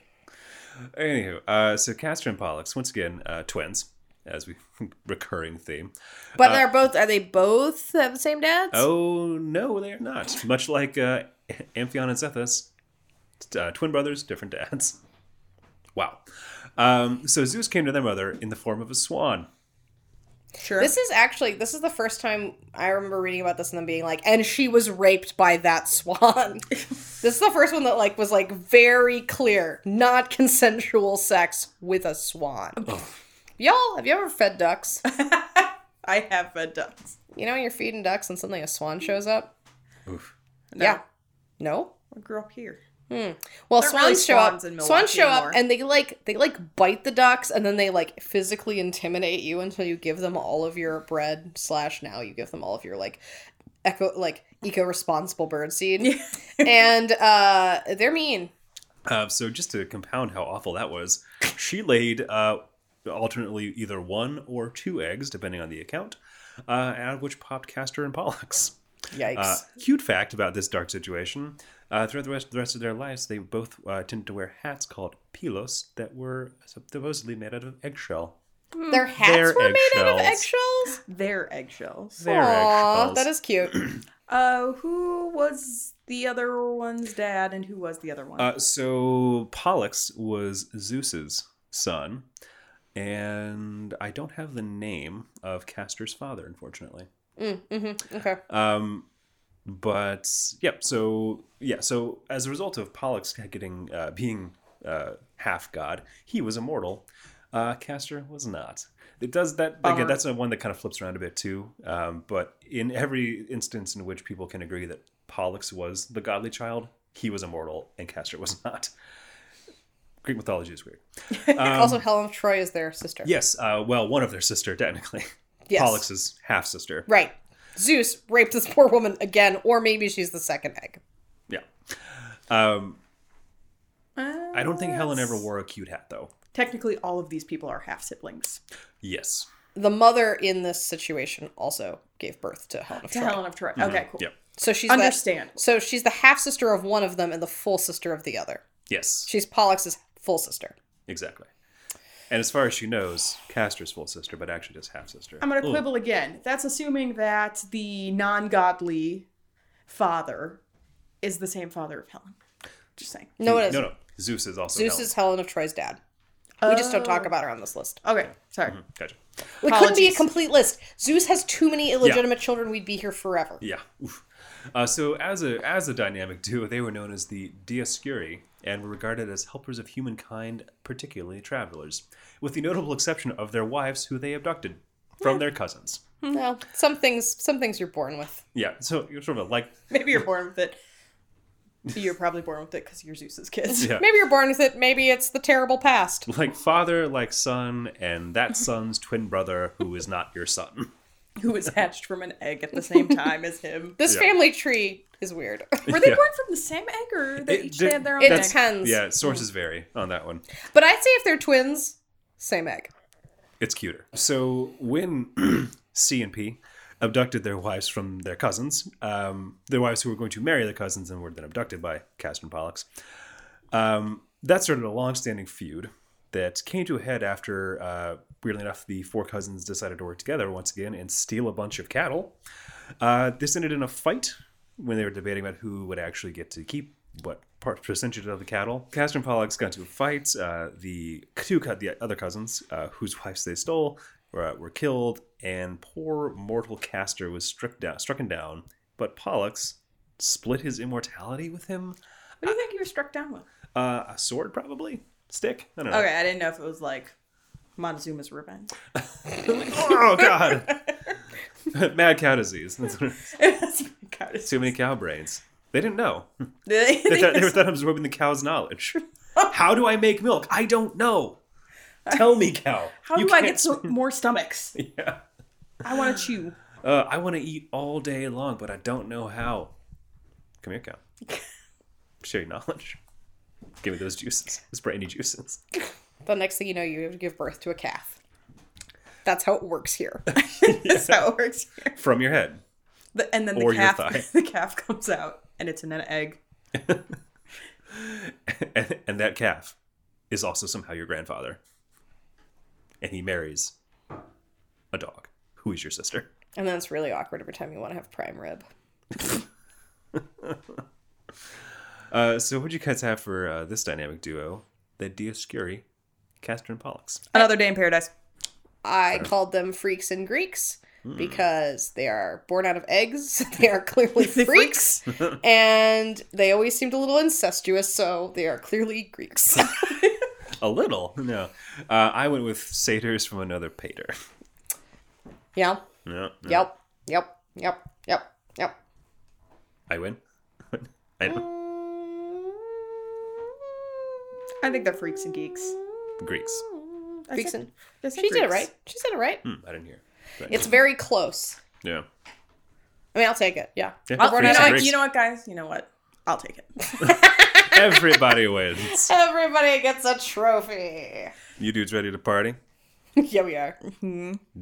Anywho, uh, so Castor and Pollux, once again, uh, twins, as we recurring theme.
but they're both. Are they both have the same dads?
Uh, Oh no, they are not. Much like uh, Amphion and Zethus, uh, twin brothers, different dads. Wow. Um, so Zeus came to their mother in the form of a swan.
Sure.
This is actually this is the first time I remember reading about this and then being like, and she was raped by that swan. this is the first one that like was like very clear, not consensual sex with a swan. Y'all, have you ever fed ducks?
I have fed ducks.
You know, you're feeding ducks and suddenly a swan shows up.
Oof.
No.
Yeah. No.
I grew up here.
Well,
There
swans
aren't really
show up.
swans in
Swans show up,
Milwaukee anymore.
and they like they like bite the ducks, and then they like physically intimidate you until you give them all of your bread. Slash, now you give them all of your like eco like eco responsible bird seed, and uh, they're mean.
Uh, so just to compound how awful that was, she laid uh, alternately either one or two eggs, depending on the account, uh, out of which popped Castor and Pollux.
Yikes!
Uh, cute fact about this dark situation: uh, throughout the rest, the rest of their lives, they both uh, tended to wear hats called pilos that were supposedly made out of eggshell.
Their hats
Uh, they're
were made out of
eggshells.
eggshells.
They're eggshells.
They're
Aw,
eggshells.
that is cute.
Uh, who was the other one's dad, and who was the other one?
Uh, so Pollux was Zeus's son, and I don't have the name of Castor's father, unfortunately.
Mm-hmm. Okay.
Um, but yep. So yeah. So as a result of Pollux getting uh, being uh, half god, he was immortal. Uh, Castor was not. It does that again. That's the one that kind of flips around a bit too. Um, but in every instance in which people can agree that Pollux was the godly child, he was immortal, and Castor was not. Greek mythology is weird. Um,
also, Helen of Troy is their sister.
Yes. Uh, well, one of their sister technically.
Yes.
Pollux's half sister.
Right. Zeus raped this poor woman again, or maybe she's the second egg.
Yeah. Um,
Uh,
I don't think Helen ever wore a cute hat though.
Technically, all of these people are half siblings.
Yes.
the mother in this situation also gave birth to Helen of
To
Troy.
Helen of Troy. Okay, cool.
Mm-hmm. Yep.
So she's
Understand.
The, so she's the half sister of one of them and the full sister of the other.
Yes.
She's Pollux's full sister.
exactly. And as far as she knows, Castor's full sister, but actually just half sister.
I'm gonna quibble again. That's assuming that the non-godly father is the same father of Helen. Just saying.
No, it is.
Hmm. No, no. Zeus is also
Zeus
Helen.
is Helen of Troy's dad. We just don't talk about her on this list.
Okay, sorry.
Gotcha.
It couldn't be a
Oh. Apologies.
complete list. Zeus has too many illegitimate children. We'd be here forever.
Yeah. Oof. Uh, so as a as a dynamic duo, they were known as the Dioscuri and were regarded as helpers of humankind, particularly travelers, with the notable exception of their wives, who they abducted from their cousins.
Well, some things, some things you're born with.
Yeah. So you're sort of like
Maybe you're born with it. You're probably born with it because you're Zeus's kids.
yeah.
Maybe you're born with it. Maybe it's the terrible past.
like father, like son, and that son's twin brother who is not your son.
Who was hatched from an egg at the same time as him.
This
Yeah.
family tree is weird.
Were they
Yeah.
born from the same egg or they
It
each
did-
had their own
It
egg?
that's-
depends.
Yeah, sources vary on that one.
but I'd say if they're twins, same egg.
It's cuter. So when C and P abducted their wives from their cousins, um, their wives who were going to marry their cousins and were then abducted by Castor and Pollux, um, that started a long-standing feud that came to a head after, uh, weirdly enough, the four cousins decided to work together once again and steal a bunch of cattle. Uh, this ended in a fight when they were debating about who would actually get to keep what part percentage of the cattle. Castor and Pollux got into a fight. Uh, the two co- the other cousins, uh, whose wives they stole, were, were killed, and poor mortal Castor was struck down, struck down. But Pollux split his immortality with him.
What do you think you were struck down with?
Uh, a sword, probably stick. I don't know.
Okay, I didn't know if it was like Montezuma's revenge.
Oh God! Mad cow disease. That's what it is.
God, it's-
Too many cow brains. They didn't know.
They-
They thought, they thought I was rubbing the cow's knowledge. How do I make milk? I don't know. Tell me, cow.
How
You
do I
can't
get so, more stomachs?
Yeah.
I want to chew.
Uh, I want to eat all day long, but I don't know how. Come here, cow. Share your knowledge. Give me those juices. Those brainy juices.
The next thing you know, you have to give birth to a calf. That's how it works here.
That's how it works. Here.
from your head.
The- and then
Or
the
your thigh.
calf, the calf comes out, and it's an egg.
and, and that calf is also somehow your grandfather. And he marries a dog who is your sister.
And then it's really awkward every time you want to have prime rib.
Uh, so, what do you guys have for uh, this dynamic duo? The Dioscuri, Castor and Pollux.
Another day in paradise.
I called them freaks and Greeks because they are born out of eggs. They are clearly freaks. and they always seemed a little incestuous, so they are clearly Greeks.
A little, no. Uh, I went with satyrs from another pater.
yeah.
No, no.
Yep. Yep. Yep. Yep. Yep.
I win. I win.
I think they're freaks and geeks.
Greeks.
I
Freaks
said-
and
I said
she did it
freaks.
right. She said it right.
Hmm, I didn't hear. But-
It's very close.
yeah.
I mean, I'll take it. Yeah.
Yeah,
I'll-
Greeks
you, know
and
what,
Greeks.
you know what, guys? You know what? I'll take it.
Everybody wins.
Everybody gets a trophy.
You dudes ready to party?
yeah, we are.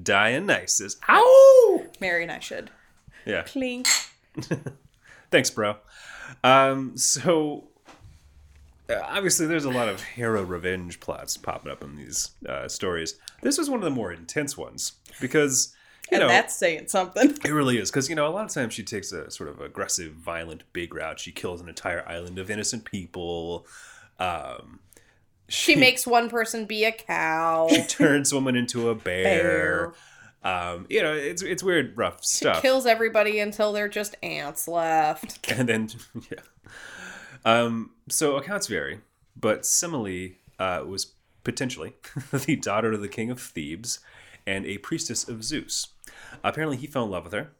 Dionysus. Ow!
Mary and I should.
Yeah.
Clink.
Thanks, bro. Um, so uh, obviously, there's a lot of hero revenge plots popping up in these uh, stories. This was one of the more intense ones because you
And
know
that's saying something.
it really is because you know a lot of times she takes a sort of aggressive, violent, big route. She kills an entire island of innocent people. Um,
She makes one person be a cow.
she turns someone into a bear. Um, you know, it's it's weird, rough stuff.
Kills everybody until they're just ants left.
and then yeah. Um, so accounts vary, but Semele uh, was potentially the daughter of the king of Thebes and a priestess of Zeus. Apparently, he fell in love with her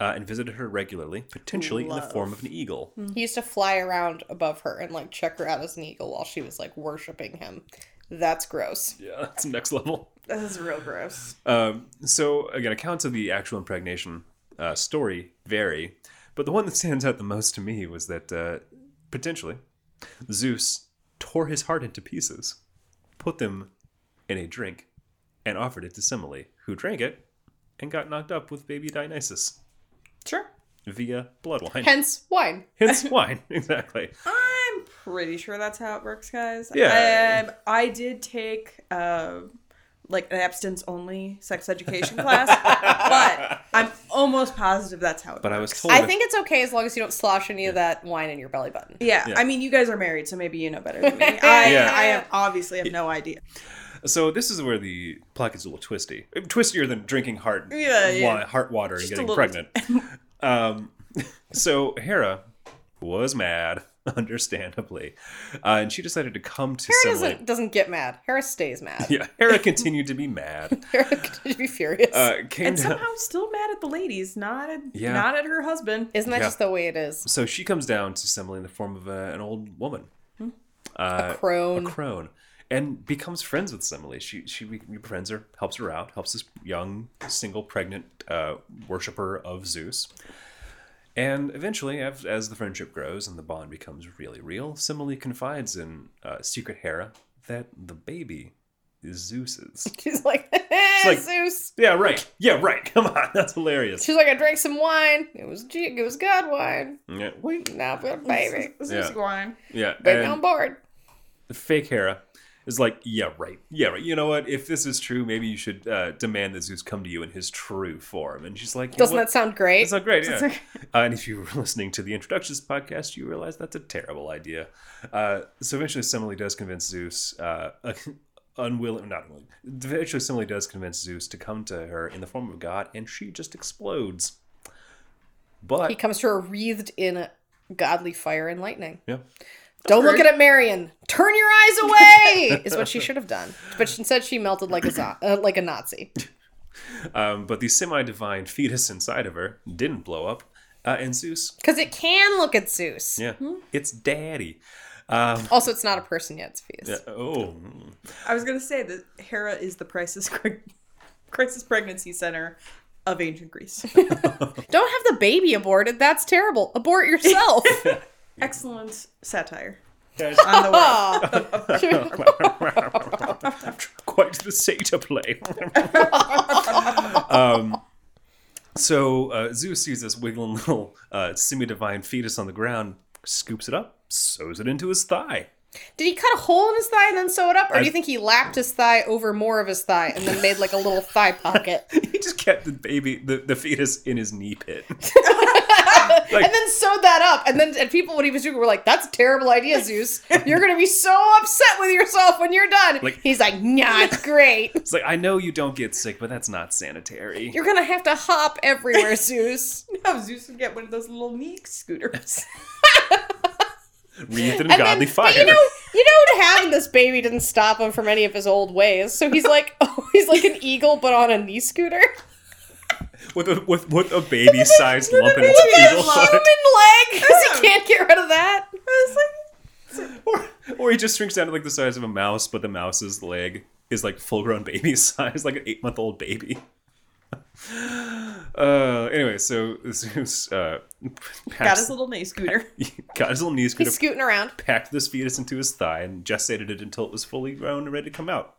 uh, and visited her regularly, potentially in the form of an eagle.
He used to fly around above her and like check her out as an eagle while she was like worshiping him. That's gross.
Yeah, that's next level.
This is real gross.
Um, so again, accounts of the actual impregnation uh, story vary, but the one that stands out the most to me was that uh, potentially Zeus tore his heart into pieces, put them in a drink, and offered it to Semele, who drank it and got knocked up with baby Dionysus
Sure.
via blood wine.
Hence wine.
Hence wine, exactly.
I'm pretty sure that's how it works, guys.
Yeah.
Um, I did take um like an abstinence only sex education class, but I'm almost positive that's how it
But I
works.
was told
I
that-
think it's okay as long as you don't slosh any of that wine in your belly button.
Yeah,
Yeah.
I mean, you guys are married, so maybe you know better than me. I,
Yeah.
I have obviously have no idea.
so. This is where the plot gets a little twisty, twistier than drinking heart
Yeah, yeah.
wa- heart water and
a
getting
little
pregnant. Um, so Hera was mad, understandably, uh, and she decided to come to
Hera
Semele.
doesn't doesn't get mad. Hera stays mad.
Yeah, Hera continued to be mad.
Hera could be furious.
Uh, came
And
down-
somehow still mad at the ladies, not at
Yeah.
not at her husband.
Isn't that
yeah.
just the way it is?
so she comes down to Semele in the form of a, an old woman, uh,
Crone.
a crone, and becomes friends with Semele. She she be- befriends her, helps her out, helps this young single pregnant uh, worshiper of Zeus. And eventually, as, as the friendship grows and the bond becomes really real, Simile confides in uh, Secret Hera that the baby is Zeus's.
She's like,
like-
Zeus.
yeah, right. Yeah, right. Come on, that's hilarious.
She's like, I drank some wine. It was G- it was God wine.
Yeah, wait.
Now I've got a baby.
This
Yeah.
is wine.
Yeah,
Baby
and-
on board.
the fake Hera is like, yeah, right, yeah, right. You know what? If this is true, maybe you should uh, demand that Zeus come to you in his true form. And she's like,
Doesn't
what?
that sound great?
It's not great. Yeah. Uh, and if you were listening to the introductions podcast, you realize that's a terrible idea. Uh, so eventually, Semele does convince Zeus, uh, unwilling, not unwilling. Eventually, Semele does convince Zeus to come to her in the form of a god, and she just explodes. But
He comes to her wreathed in a godly fire and lightning.
yeah,
Don't look at it, Marion. Turn your eyes away is what she should have done. But she- instead, she melted like a zo- uh, like a Nazi.
um, but the semi-divine fetus inside of her didn't blow up, uh, and Zeus
Because it can look at Zeus.
Yeah. It's daddy.
Also, it's not a person yet. It's a fetus.
Oh.
I was gonna say that Hera is the crisis crisis pregnancy center of ancient Greece.
Don't have the baby aborted. That's terrible. Abort yourself.
Excellent satire
Guys,
on the world.
quite the sata play. Um, So uh, Zeus sees this wiggling little uh, semi-divine fetus on the ground, scoops it up, sews it into his thigh.
Did he cut a hole in his thigh and then sew it up, or
I-
do you think he lapped his thigh over more of his thigh and then made like a little thigh pocket
He just kept the baby, the, the fetus, in his knee pit.
and then sewed that up? And then and people, when he was doing, it were like, "That's a terrible idea, Zeus. You're gonna be so upset with yourself when you're done."
Like-
He's like, "Nah, it's great.
It's like I know you don't get sick, but that's not sanitary.
You're gonna have to hop everywhere, Zeus."
No, Zeus would get one of those little knee scooters.
Wreathed in
And
godly
then,
fire.
But you know, you know what happened? This baby didn't stop him from any of his old ways. So he's like, oh, he's like an eagle, but on a knee scooter.
with a, with, with a baby-sized lump in its
Human
fetal heart.
leg, 'cause he can't get rid of that.
Or, or he just shrinks down to like the size of a mouse, but the mouse's leg is like full-grown baby size, like an eight-month-old baby. Uh, anyway, so Zeus uh,
Got
packs-
his little knee scooter.
got his little knees, could have
He's scooting around.
packed this fetus into his thigh and gestated it until it was fully grown and ready to come out.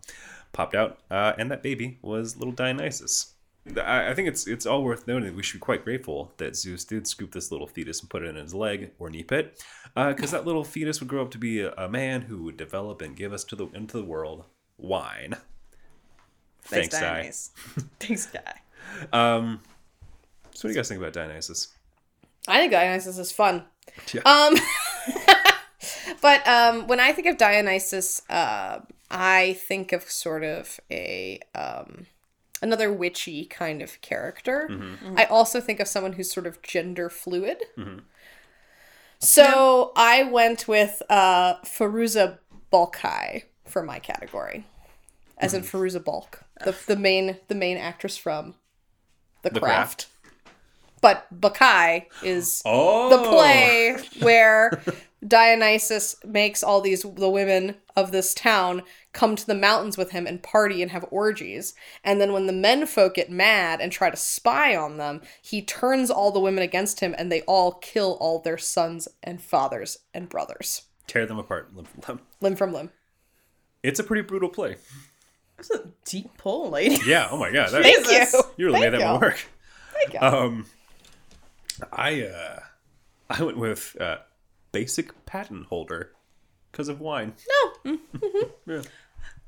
Popped out, uh, and that baby was little Dionysus. I, I think it's it's all worth noting that we should be quite grateful that Zeus did scoop this little fetus and put it in his leg or knee pit, because that little fetus would grow up to be a, a man who would develop and give us to the into the world wine. Thanks, Di.
Dionysus. Thanks, Di.
So, what do you guys think about Dionysus?
I think Dionysus is fun.
Yeah.
Um, but um, when I think of Dionysus, uh, I think of sort of a um, another witchy kind of character.
Mm-hmm.
I also think of someone who's sort of gender fluid. So I went with uh, Feruza Balkai for my category, as in
Mm-hmm.
Feruza Balk, the, the main the main actress from The Craft.
The craft.
But Bakai is
Oh,
the play where Dionysus makes all these the women of this town come to the mountains with him and party and have orgies. And then when the men folk get mad and try to spy on them, he turns all the women against him and they all kill all their sons and fathers and brothers.
Tear them apart. limb from limb.
Limb from limb.
It's a pretty brutal play.
That's a deep pull, lady.
Yeah. Oh my god. That,
Thank you.
You really
Thank
made that
y'all.
one work.
Thank you.
Um, I uh, I went with uh, basic patent holder because of wine.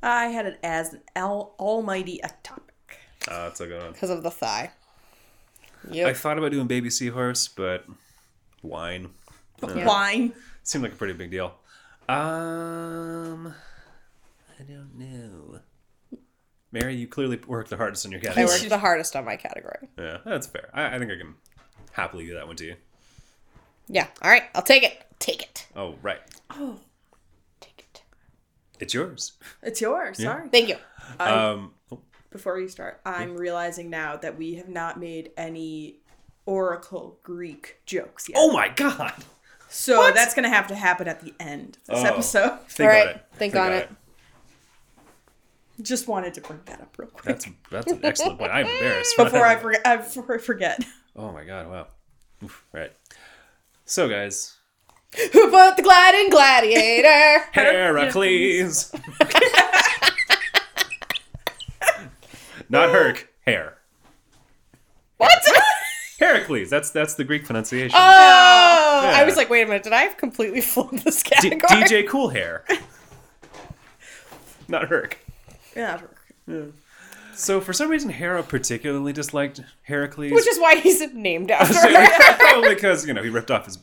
I had it as an al- almighty ectopic.
Uh, that's a good one.
Because of the thigh.
I
Yep.
thought about doing baby seahorse, but wine
Wine.
seemed like a pretty big deal. Um, I don't know. Mary, you clearly worked the hardest on your
I,
category.
worked the hardest on my category.
Yeah, that's fair. I, I think I can happily give that one to you.
Yeah. All right. I'll take it. Take it.
Oh, right.
Take it.
It's yours.
It's yours. Sorry.
Thank you.
Um, oh,
Before you start, I'm realizing now that we have not made any Oracle Greek jokes yet.
oh my god.
so that's going to have to happen at the end of this
Oh.
episode.
Think
All
on
right,
it.
think on it.
Just wanted to bring that up real quick.
That's that's an excellent point. I'm embarrassed.
before I forget, I for- forget.
Oh my god! Wow. Oof, right. So guys,
Who put the glad in gladiator?
Heracles. Not Herc. Hair.
What?
Heracles. That's that's the Greek pronunciation.
Oh,
Yeah.
I was like, wait a minute, did I have completely flown this
D-
category?
DJ Cool Hair. Not Herc.
Yeah.
So for some reason, Hera particularly disliked Heracles.
Which is why he's named after her.
probably because you know he ripped off his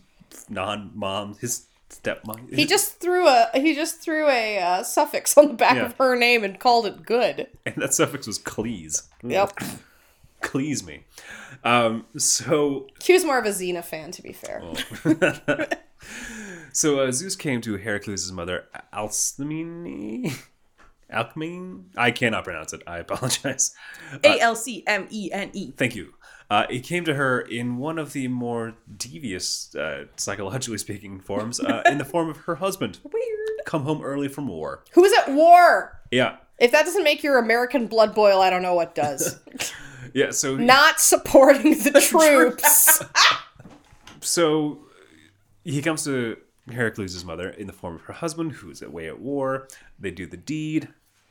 non-mom, his stepmom.
He just threw a he just threw a uh, suffix on the back
Yeah.
of her name and called it good.
and that suffix was cleese.
Yep.
Cleese me. Um, so
Q's more of a Xena fan, to be fair.
Oh. so uh, Zeus came to Heracles' mother Alcmene. Alcmene? I cannot pronounce it. I apologize.
A L C M E N E.
Thank you. Uh, it came to her in one of the more devious, uh, psychologically speaking, forms, uh, in the form of her husband.
Weird.
Come home early from war.
Who is at war?
Yeah.
If that doesn't make your American blood boil, I don't know what does.
Yeah. So
Not supporting the troops.
so he comes to Heracles' mother in the form of her husband, who's away at war. They do the deed.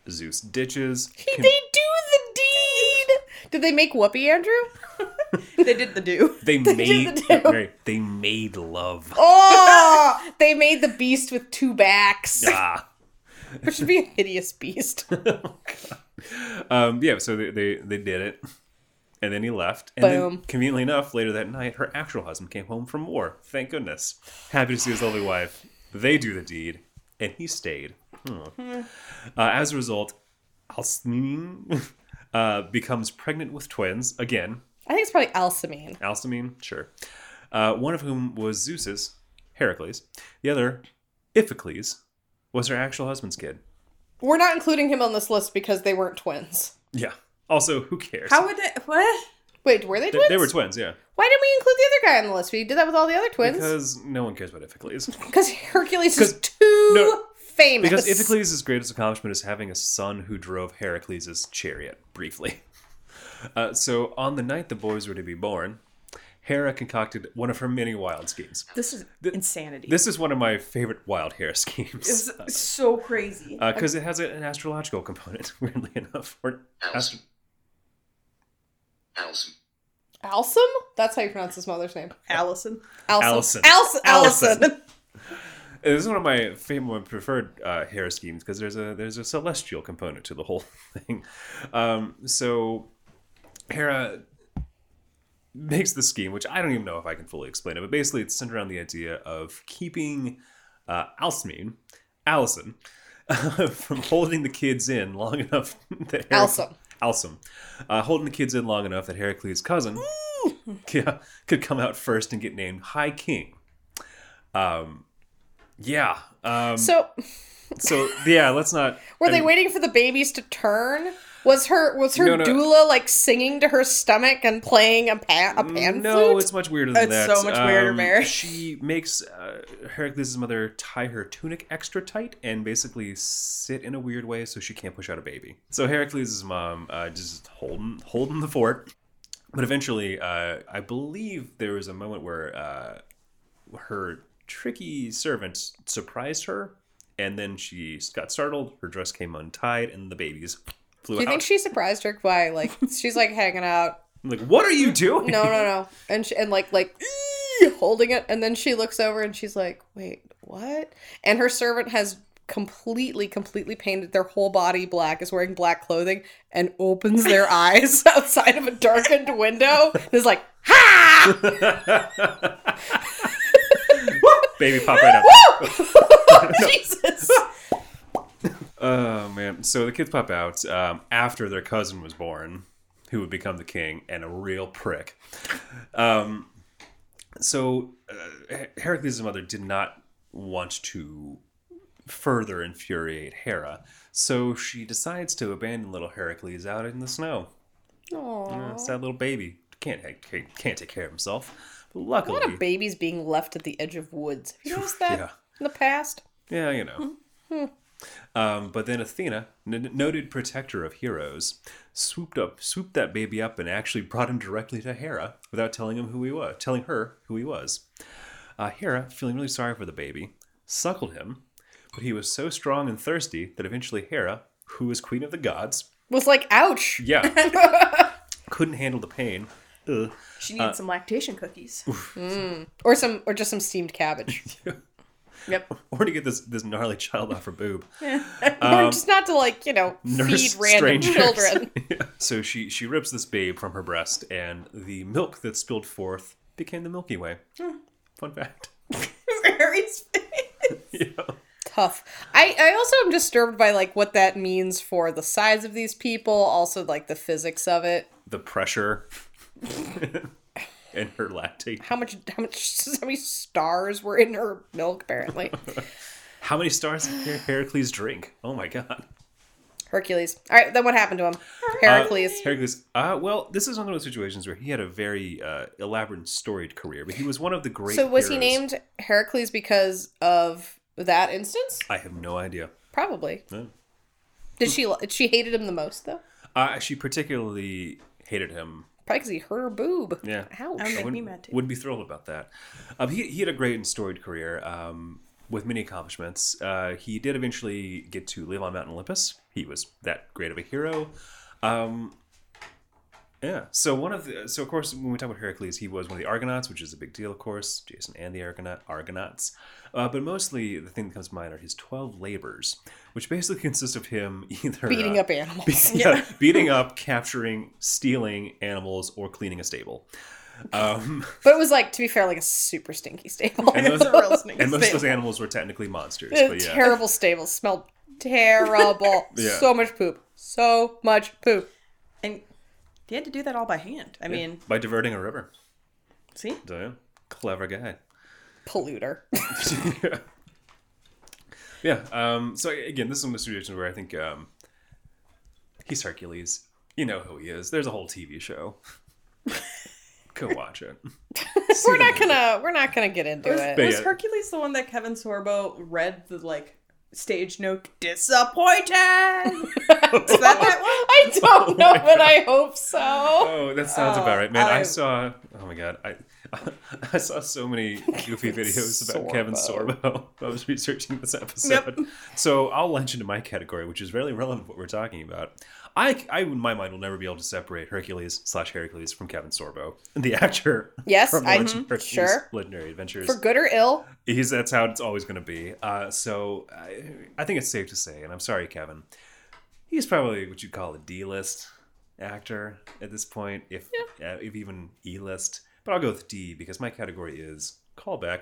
Zeus ditches.
they do
Con-
the deed. Did they make Whoopi, Andrew?
they did the do.
They made
the do.
right, they made love.
Oh, they made the beast with two backs,
Ah.
which would be a hideous beast.
Um, yeah, so they, they they did it, and then he left. And then,
Boom.
conveniently enough, later that night, her actual husband came home from war. Thank goodness. Happy to see his lovely wife. They do the deed, and he stayed. Hmm. Uh, as a result, Alcmene uh, becomes pregnant with twins again.
I think it's probably Alcimene.
Alcmene, sure. Uh, one of whom was Zeus's Heracles. The other, Iphicles, was her actual husband's kid.
We're not including him on this list because they weren't twins.
Yeah. Also, who cares?
How would it? What?
Wait, were they
They-
twins?
they were twins, yeah.
Why didn't we include the other guy on the list? We did that with all the other twins.
Because no one cares about Iphicles.
Because Hercules is
'Cause-
too
no,
famous.
Because Iphicles' greatest accomplishment is having a son who drove Heracles' chariot briefly. Uh, so on the night the boys were to be born, Hera concocted one of her many wild schemes.
This is
Th-
insanity.
This is one of my favorite wild Hera schemes
is so crazy.
because it has a- an astrological component, weirdly enough. Or ast-
Allison. Allison.
Alsum? That's how you pronounce his mother's name.
Allison.
Allison.
Alsum. Alsum. Allison.
This is one of my favorite, my preferred uh, hair schemes because there's a there's a celestial component to the whole thing. Um, so Hera makes the scheme, which I don't even know if I can fully explain it, but basically it's centered around the idea of keeping uh, Alcmene, Allison, from holding the kids in long enough that Hera-
Alsum.
Alsum, uh, holding the kids in long enough that Heracles' cousin yeah, could come out first and get named High King. Um, yeah. Um, so,
So
yeah, let's not.
were
I
they
mean,
waiting for the babies to turn? Was her was her
No, no.
doula like singing to her stomach and playing a pan a pan
No,
flute?
it's much weirder than
It's
that. Um,
so much weirder, Mary.
She makes uh, Heracles' mother tie her tunic extra tight and basically sit in a weird way so she can't push out a baby. So Heracles' mom uh, just holding holding the fort. But eventually, uh, I believe there was a moment where uh, her tricky servant surprised her, and then she got startled. Her dress came untied, and the babies flew
Do you
out.
think she surprised her by like she's like hanging out?
I'm like, what are you doing?
No, no, no, and she, and like like "Eee," holding it, and then she looks over and she's like, "Wait, what?" And her servant has completely, completely painted their whole body black, is wearing black clothing, and opens their eyes outside of a darkened window. And is like, "Ha!"
Baby pop right up.
Jesus.
Oh man! So the kids pop out um, after their cousin was born, who would become the king and a real prick. Um, so uh, Her- Heracles' mother did not want to further infuriate Hera, so she decides to abandon little Heracles out in the snow.
Aww.
It's that little baby can't can't, can't take care of himself. But luckily,
A lot of babies being left at the edge of woods. Have you noticed that
Yeah.
in the past?
Yeah, you know. um, but then Athena, n- noted protector of heroes, swooped up, swooped that baby up, and actually brought him directly to Hera without telling him who he was, telling her who he was. Uh, Hera, feeling really sorry for the baby, suckled him, but he was so strong and thirsty that eventually Hera, who was queen of the gods,
Was like, ouch.
yeah, couldn't handle the pain. Ugh.
She needs some lactation cookies.
Or some or just some steamed cabbage.
Yep.
Or to get this this gnarly child off her boob.
or just not to like, you know, feed
Um, nurse
random
strangers.
children.
Yeah. So she she rips this babe from her breast, and the milk that spilled forth became the Milky Way.
Hmm.
Fun fact.
Mary's
yeah.
Tough. I, I also am disturbed by like what that means for the size of these people, also like the physics of it.
The pressure and her lactate.
How much how much how many stars were in her milk apparently.
How many stars did Her- Heracles drink? Oh my god.
Hercules. Alright, then what happened to him? Heracles.
Uh, Heracles. Uh, well, this is one of those situations where he had a very uh, elaborate and storied career, but he was one of the great.
so was he
heroes.
named Heracles because of that instance?
I have no idea.
Probably.
No.
Did she? She hated him the most though.
Uh, she particularly hated him
Probably because he hurt her boob.
Yeah.
Ouch.
I
I Make me
wouldn't,
mad too.
wouldn't be thrilled about that. Um, he, he had a great and storied career um, with many accomplishments. Uh, he did eventually get to live on Mount Olympus. He was that great of a hero. Um, Yeah. So one of the so of course when we talk about Heracles, he was one of the Argonauts, which is a big deal, of course. Jason and the Argonaut Argonauts, uh, but mostly the thing that comes to mind are his twelve labors, which basically consist of him either
Beating
uh,
up animals.
be- yeah, beating up, capturing, stealing animals, or cleaning a stable. Um,
But it was like, to be fair, like a super stinky stable.
and those,
It's a real snake.
and most of those animals were technically monsters.
It was
But yeah,
Terrible stable. Smelled terrible.
Yeah.
So much poop. So much poop.
And he had to do that all by hand. I mean,
by diverting a river.
see?
So, yeah, clever guy.
Polluter.
yeah. Um, so again, this is one of those situations where I think um, he's Hercules. You know who he is. There's a whole TV show. Go watch it.
we're not gonna we're not gonna get into
Was,
it.
But
was
yeah.
Hercules the one that Kevin Sorbo read the like stage note disappointed? Is that that
I don't know, but I hope so.
Oh, that sounds about right, man. I,
I-
saw. Oh my god, I I saw so many goofy videos about
Sorbo.
Kevin Sorbo. I was researching this episode, so I'll launch into my category, which is really relevant to what we're talking about. I, I, in my mind, will never be able to separate Hercules slash Heracles from Kevin Sorbo, the actor.
Yes,
from
I-
Legend-
mhm,
Hercules
sure.
Legendary Adventures.
For good or ill,
He's that's how it's always going to be. Uh, so I, I think it's safe to say, and I'm sorry, Kevin, he's probably what you'd call a D-list actor at this point, if uh, if even E-list. But I'll go with D because my category is callback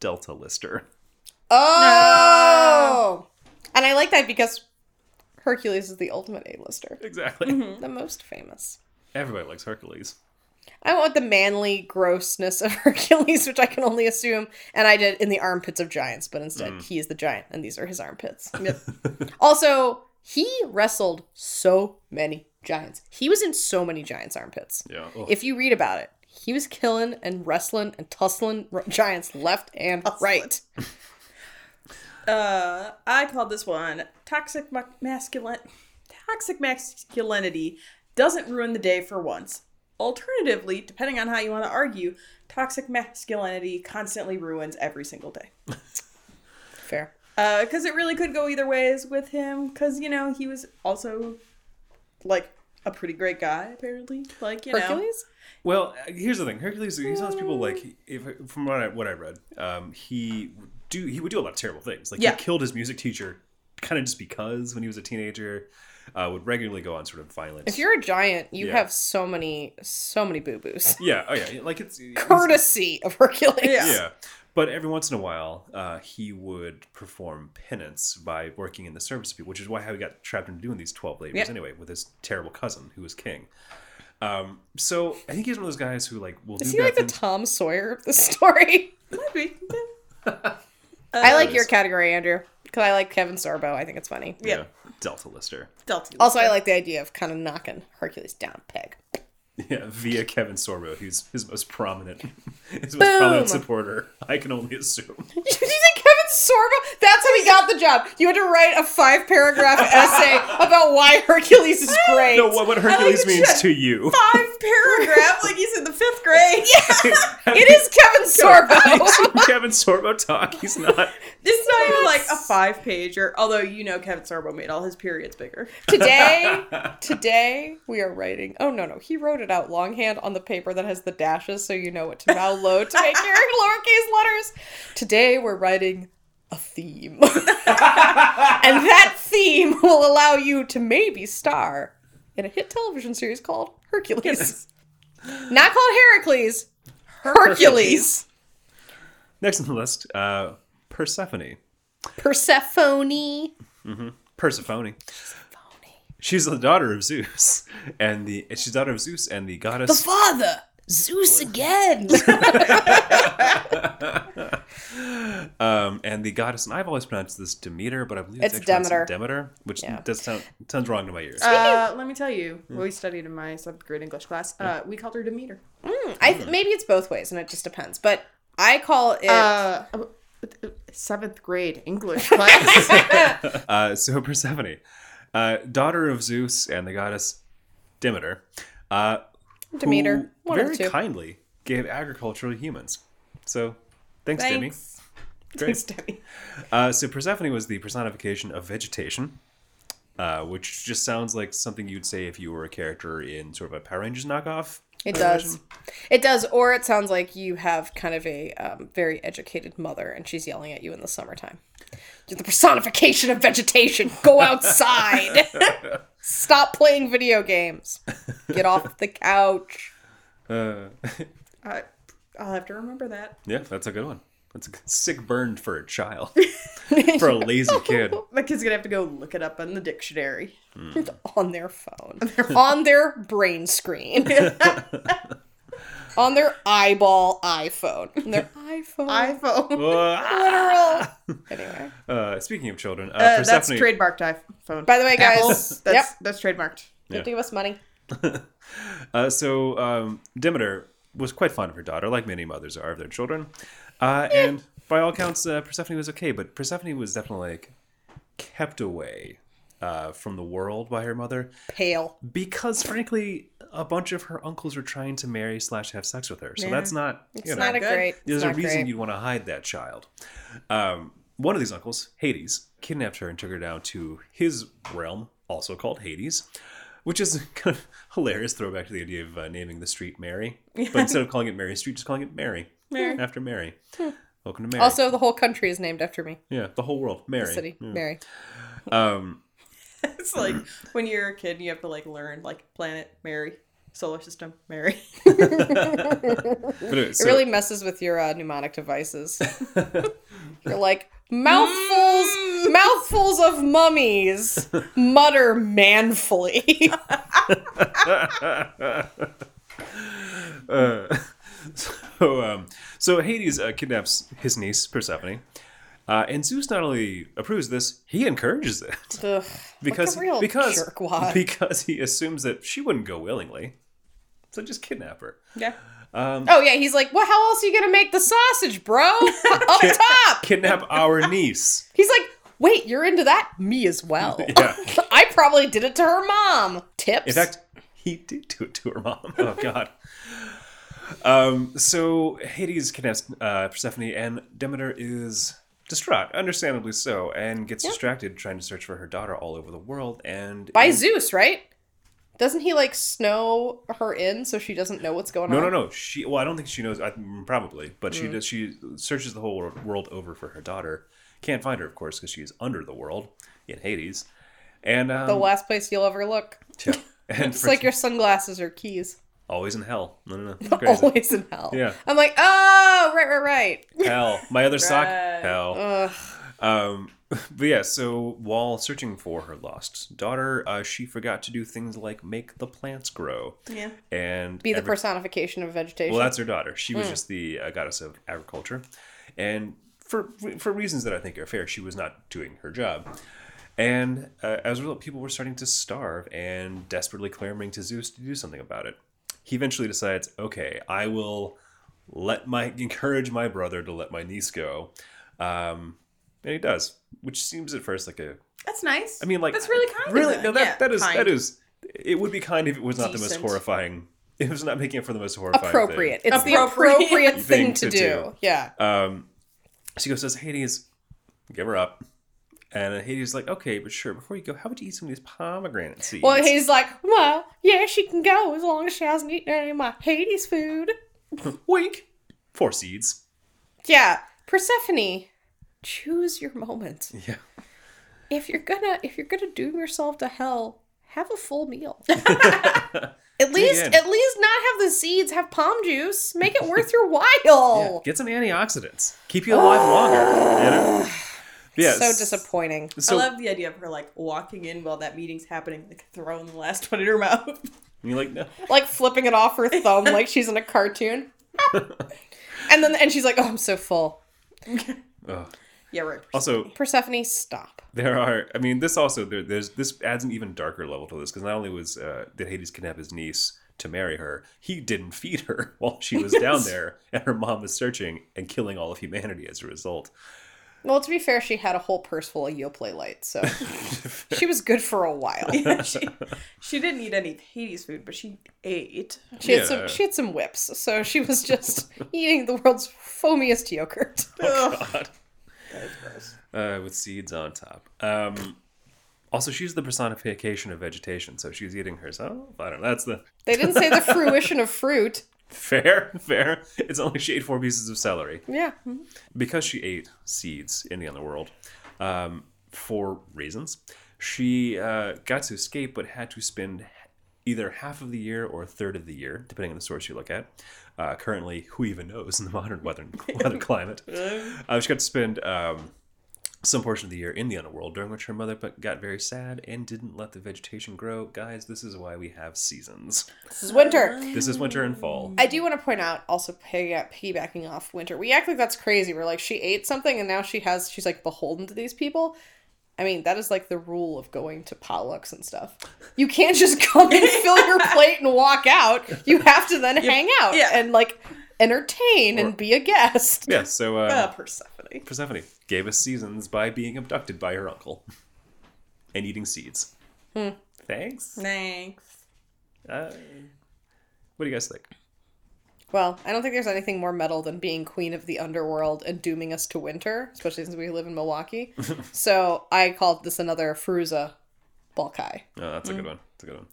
Delta Lister.
Oh, and I like that because Hercules is the ultimate A-lister,
Exactly.
the most famous.
Everybody likes Hercules.
I want the manly grossness of Hercules, which I can only assume, and I did in the armpits of giants, but instead he is the giant, and these are his armpits. also, he wrestled so many giants. He was in so many giants' armpits.
Yeah. Ugh.
If you read about it, he was killing and wrestling and tussling r- giants left and right.
one? Uh, I called this one toxic ma- masculine. Toxic masculinity doesn't ruin the day for once. Alternatively, depending on how you want to argue, toxic masculinity constantly ruins every single day.
Fair.
because Uh, it really could go either ways with him. Because you know he was also like a pretty great guy, apparently. Like you know,
Hercules?
Well, uh, here's the thing. Hercules, he's one of those people like, if, from what I, what I read, um, he would do he would do a lot of terrible things. Like
Yeah.
he killed his music teacher, kind of just because when he was a teenager, uh, would regularly go on sort of violent.
If you're a giant, you
Yeah.
have so many, so many boo boos.
yeah, oh yeah, like it's it's-
Courtesy of Hercules.
Yeah.
Yeah, but every once in a while, uh, he would perform penance by working in the service of people, which is why how he got trapped into doing these twelve labors
Yeah.
anyway with his terrible cousin who was king. Um, so I think he's one of those guys who like will
Is
do
he
bad
like the
things.
Tom Sawyer of the story?
maybe.
I like your category, Andrew, because I like Kevin Sorbo. I think it's funny.
Yeah.
Delta Lister.
Delty.
Also, I like the idea of kind of knocking Hercules down a peg.
Yeah, via Kevin Sorbo, who's his most prominent, his most prominent supporter. I can only assume.
you think Kevin Sorbo? That's how he got the job. You had to write a five paragraph essay about why Hercules is great.
No, what, what Hercules
that you
means
said
to you?
five paragraph, like he's in the fifth grade.
It is Kevin Sorbo.
Kevin Sorbo talk. He's not.
It's not even like a five pager. Although you know Kevin Sorbo made all his periods bigger.
today, today we are writing. Oh no, no, he wrote it out longhand on the paper that has the dashes, so you know what to now low to make your lowercase letters. Today we're writing a theme, and that theme will allow you to maybe star in a hit television series called Hercules, not called Heracles, Hercules,
Next on the list, uh, Persephone.
Persephone.
Persephone. She's the daughter of Zeus, and the she's the daughter of Zeus and the
The
goddess.
father, Zeus again.
um, and the goddess, and I've always pronounced this Demeter, but I believe it's,
It's
actually pronounced
Demeter.
Demeter, which
Yeah.
does sound sounds wrong to my ears.
Uh, let me tell you, what we studied in my seventh grade English class. Uh, we called her Demeter.
I th- maybe it's both ways, and it just depends. But I call it.
Uh, seventh grade English class.
Uh, so Persephone, uh, daughter of Zeus and the goddess Demeter, uh, who
Demeter, one of the
very
two.
kindly gave agriculture to humans. So thanks, Demi.
Thanks.
Great. Uh, so Persephone was the personification of vegetation. uh, which just sounds like something you'd say if you were a character in sort of a Power Rangers knockoff.
It does. It does. Or it sounds like you have kind of a um, very educated mother and she's yelling at you in the summertime. You're the personification of vegetation. Go outside. Stop playing video games. Get off the couch.
Uh,
I, I'll have to remember that.
yeah, that's a good one. That's a good, sick burn for a child, for a lazy kid.
My kid's gonna have to go look it up in the dictionary.
On their phone. on their brain screen. on their eyeball iPhone. On their iPhone.
iPhone.
Literal. Anyway.
Uh, speaking of children, uh,
Uh,
Persephone.
that's trademarked iPhone.
By the way,
Apple,
guys.
that's,
Yep.
that's trademarked.
You have to give us money.
Uh, so um, Demeter was quite fond of her daughter, like many mothers are of their children, uh, and by all accounts, uh, Persephone was okay. But Persephone was definitely like kept away uh, from the world by her mother
Pale.
because, frankly, a bunch of her uncles were trying to marry slash have sex with her. So that's not you
It's
know,
not a
good.
great.
there's
it's
a
not
reason
great.
you'd want to hide that child. Um, one of these uncles, Hades, kidnapped her and took her down to his realm, also called Hades, which is kind of hilarious throwback to the idea of uh, naming the street Mary. But instead of calling it Mary Street, just calling it Mary, after Mary. Welcome to Mary.
Hmm. Also, the whole country is named after me.
yeah, the whole world, Mary.
City,
Yeah.
Mary.
Um,
It's like when you're a kid and you have to like learn like planet Mary, solar system Mary.
but anyway,
It
so-
really messes with your uh, mnemonic devices. You're like mouthfuls,
Mm.
mouthfuls of mummies mutter manfully.
Uh, so, um, so Hades uh, kidnaps his niece Persephone, uh, and Zeus not only approves this, he encourages it
Ugh,
because
like a real
because
jerkwad.
because he assumes that she wouldn't go willingly, so just kidnap her.
Yeah.
oh yeah, he's like, well, how else are you gonna make the sausage, bro? Up top.
Kidnap our niece.
He's like, wait, you're into that? Me as well.
Yeah.
I probably did it to her mom. Tips.
In fact, he did do it to her mom. Oh God. Um, so Hades kidnaps uh, Persephone, and Demeter is distraught, understandably so, and gets distracted trying to search for her daughter all over the world. And
by Zeus, right? Doesn't he like snow her in so she doesn't know what's going
no,
on?
no, no. She well, I don't think she knows. I, mm, probably, but she does. She searches the whole wor- world over for her daughter. Can't find her, of course, because she's under the world in Hades. And um,
The last place you'll ever look.
yeah. and
It's like your sunglasses or keys.
always in hell. No, no, no. Crazy.
Always in hell.
Yeah.
I'm like, oh, right, right, right.
hell. My other sock, hell. Um, but yeah, so while searching for her lost daughter, uh, she forgot to do things like make the plants grow.
Yeah.
And
Be the
every-
personification of vegetation.
Well, that's her daughter. She
Hmm.
was just the uh, goddess of agriculture, and for for reasons that I think are fair, she was not doing her job. And uh, as a result, people were starting to starve and desperately clamoring to Zeus to do something about it. He eventually decides, okay, I will let my encourage my brother to let my niece go, um, and he does, which seems at first like a
That's nice.
I mean, like
that's really kind. of
Really,
them.
no, that,
Yeah,
that is
kind.
that is. It would be kind if it was not the
Decent.
most horrifying. It was not making it for the most horrifying. thing.
appropriate. It's
Appropriate
the appropriate
thing
thing,
to
to, do.
do.
Yeah.
Um, she goes, says Hades, give her up. And Hades is like, okay, but sure. Before you go, how about you eat some of these pomegranate seeds?
well, he's like, well, yeah, she can go as long as she hasn't eaten any of my Hades food.
wink. Four seeds.
Yeah. Persephone, choose your moment.
Yeah.
if you're gonna if you're gonna doom yourself to hell have a full meal at least
in.
at least not have the seeds have palm juice make it worth your while
Yeah. Get some antioxidants. Keep you alive longer. You know? Yeah.
so disappointing
So
I love the idea of her like walking in while that meeting's happening, like throwing the last one in her mouth.
you're like, no.
like flipping it off her thumb like she's in a cartoon and then and she's like oh i'm so full
Ugh.
yeah, right.
Also,
persephone stop
There are. I mean, this also there, there's this adds an even darker level to this because not only was uh, did Hades kidnap his niece to marry her, he didn't feed her while she was down there, and her mom was searching and killing all of humanity as a result.
well to be fair she had a whole purse full of yoplait lights so she was good for a while
Yeah, she, she didn't eat any Hades food, but she ate.
she had
Yeah.
some she had some whips so she was just eating the world's foamiest yogurt
uh, with seeds on top. Um, Also, she's the personification of vegetation, so she's eating herself. I don't know. That's the
They didn't say the fruition of fruit.
fair, fair. It's only she ate four pieces of celery.
Yeah.
because she ate seeds in the underworld um, for reasons she uh, got to escape but had to spend either half of the year or a third of the year depending on the source you look at uh, currently who even knows in the modern weather, weather climate uh, she got to spend um, some portion of the year in the underworld during which her mother but got very sad and didn't let the vegetation grow guys this is why we have seasons
This is winter.
this is winter and fall
I do want to point out also piggy- piggybacking off winter. We act like that's crazy. We're like she ate something and now she has she's like beholden to these people. I mean, that is like the rule of going to potlucks and stuff. You can't just come and fill your plate and walk out. You have to then hang out
yeah.
and like entertain and be a guest.
yeah so uh,
Uh, Persephone.
Persephone gave us seasons by being abducted by her uncle and eating seeds.
Hmm.
Thanks.
Thanks.
Uh, what do you guys think?
Well, I don't think there's anything more metal than being queen of the underworld and dooming us to winter, especially since we live in Milwaukee. so I called this another Fruza Balkai.
Oh, that's a
Hmm.
good one. That's a good one.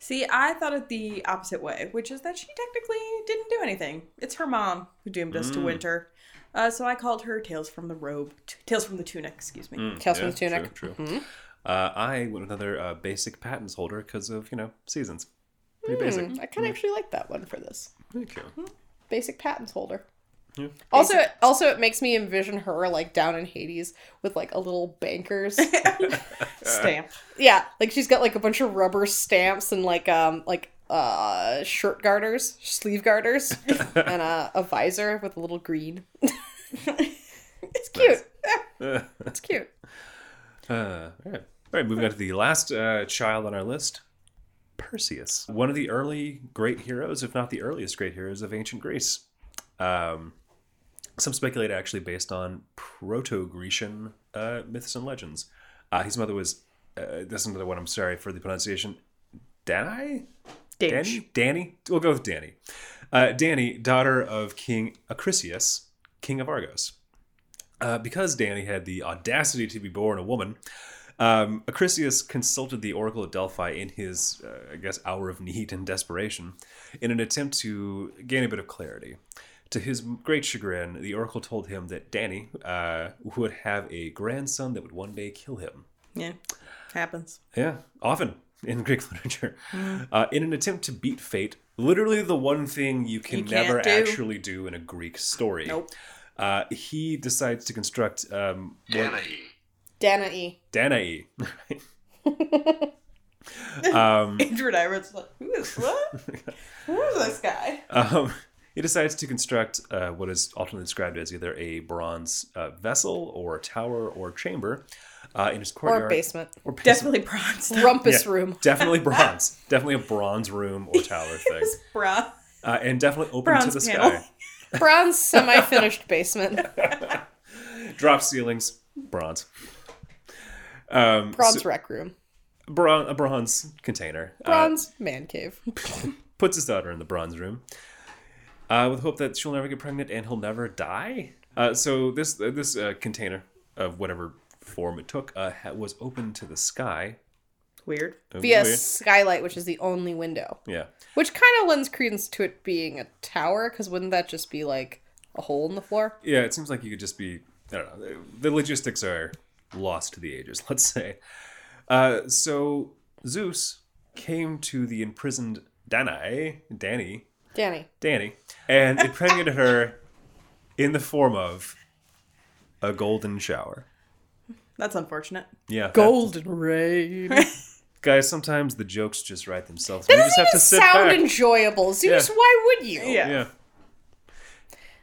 See, I thought it the opposite way, which is that she technically didn't do anything. It's her mom who doomed us
Mm.
to winter. Uh, so I called her Tales from the Robe, t- Tales from the Tunic, excuse me.
Mm.
Tales from the Tunic. Hmm.
True. true. Uh, I went with another uh, basic patents holder because of you know seasons.
Hmm.
Pretty basic.
I kind of actually like that one for this
Thank you.
basic patents holder.
Yeah.
Also, also it makes me envision her like down in Hades with like a little banker's
Stamp.
yeah, like she's got like a bunch of rubber stamps and like um like uh shirt garters, sleeve garters, and a, a visor with a little green. it's cute. It's cute.
Uh, all right. All right, moving on to the last uh, child on our list Perseus, one of the early great heroes, if not the earliest great heroes of ancient Greece. Um, some speculate actually based on proto Grecian uh, myths and legends. Uh, his mother was, uh, this is another one, I'm sorry for the pronunciation, Danae?
Danish.
Danny? Danny? We'll go with Danny. Uh, Danny, daughter of King Acrisius, king of Argos. Uh, because Danny had the audacity to be born a woman, um, Acrisius consulted the Oracle at Delphi in his, uh, I guess, hour of need and desperation in an attempt to gain a bit of clarity. To his great chagrin, the Oracle told him that Danny uh, would have a grandson that would one day kill him.
Yeah. Happens.
Yeah, often in Greek literature.
Hmm.
Uh, in an attempt to beat fate, literally the one thing you can
You can't
never
do.
actually do in a Greek story.
Nope.
Uh, he decides to construct um, what-
Danae.
Danae.
Andrew and I were just like, who is what? who is this guy?
Um, he decides to construct uh, what is often described as either a bronze uh, vessel or tower or chamber uh, in his
Or
courtyard.
basement.
Or basement.
Definitely bronze.
Rumpus
Yeah,
room.
Definitely bronze. definitely a bronze room or tower thing.
Bra.
Uh, and definitely open
Bronze
to the
panel.
sky.
Bronze semi finished basement.
drop ceilings, bronze. Um,
Bronze
so-
rec room.
bron- a bronze container. Uh,
Bronze man cave.
puts his daughter in the bronze room, uh, with hope that she'll never get pregnant and he'll never die. Uh, so this uh, this uh, container of whatever form it took uh, ha- was open to the sky.
Weird.
It was
Via
weird.
skylight, which is the only window.
Yeah.
Which kind of lends credence to it being a tower, because wouldn't that just be like a hole in the floor?
Yeah, it seems like you could just be. I don't know. uh, The logistics are lost to the ages, let's say. Uh, so Zeus came to the imprisoned Danae, Danny,
Danny.
Danny, and impregnated her in the form of a golden shower.
That's unfortunate.
Yeah, that-
Golden rain.
guys. Sometimes the jokes just write themselves.
That
we
doesn't
just have to
even
sit
sound
back.
enjoyable. Zeus, why would you?
Yeah.
Oh, yeah,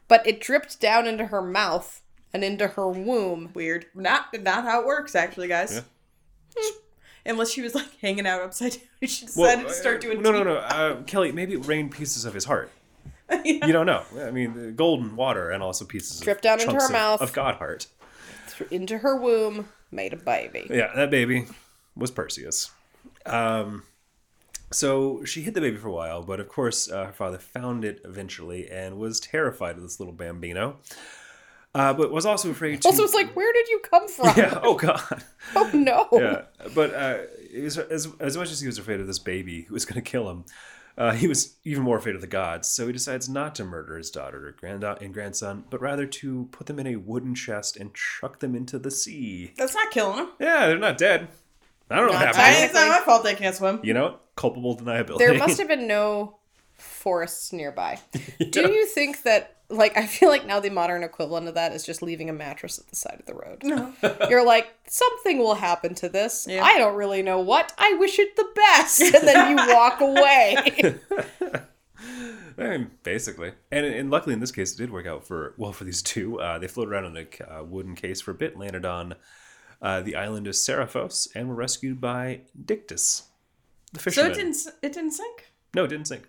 But it dripped down into her mouth and into her womb.
Weird. Not not how it works, actually, guys.
Yeah.
Unless she was like hanging out upside down, she
Well,
decided to start
uh,
doing.
No, no, no, uh, Kelly. Maybe it rained pieces of his heart. You don't know. I mean, the golden water and also pieces
Dripped
of
down into
chunks
her
of-
mouth.
of God heart.
Th- Into her womb, made a baby.
Yeah, that baby was Perseus. Um, so she hid the baby for a while, but of course, uh, her father found it eventually and was terrified of this little bambino. uh, but was also afraid to.
Also, it's like, where did you come from?
yeah. Oh God.
Oh no.
Yeah, but uh, he was, as as much as he was afraid of this baby who was going to kill him, uh, he was even more afraid of the gods. So he decides not to murder his daughter or grand and grandson, but rather to put them in a wooden chest and chuck them into the sea.
That's not killing them.
Yeah, they're not dead. I don't know what
I,
happened.
it's not my fault they can't swim.
You know, culpable deniability.
There must have been no forests nearby. Do you think that? Like I feel like now the modern equivalent of that is just leaving a mattress at the side of the road. No. You're like something will happen to this.
Yeah.
I don't really know what. I wish it the best, and then you walk away.
I mean, basically, and and luckily in this case it did work out for well for these two. Uh, they floated around in a uh, wooden case for a bit, landed on uh, the island of Seraphos, and were rescued by Dictys, the
So
fisherman.
it didn't s- it didn't sink.
No, it didn't sink.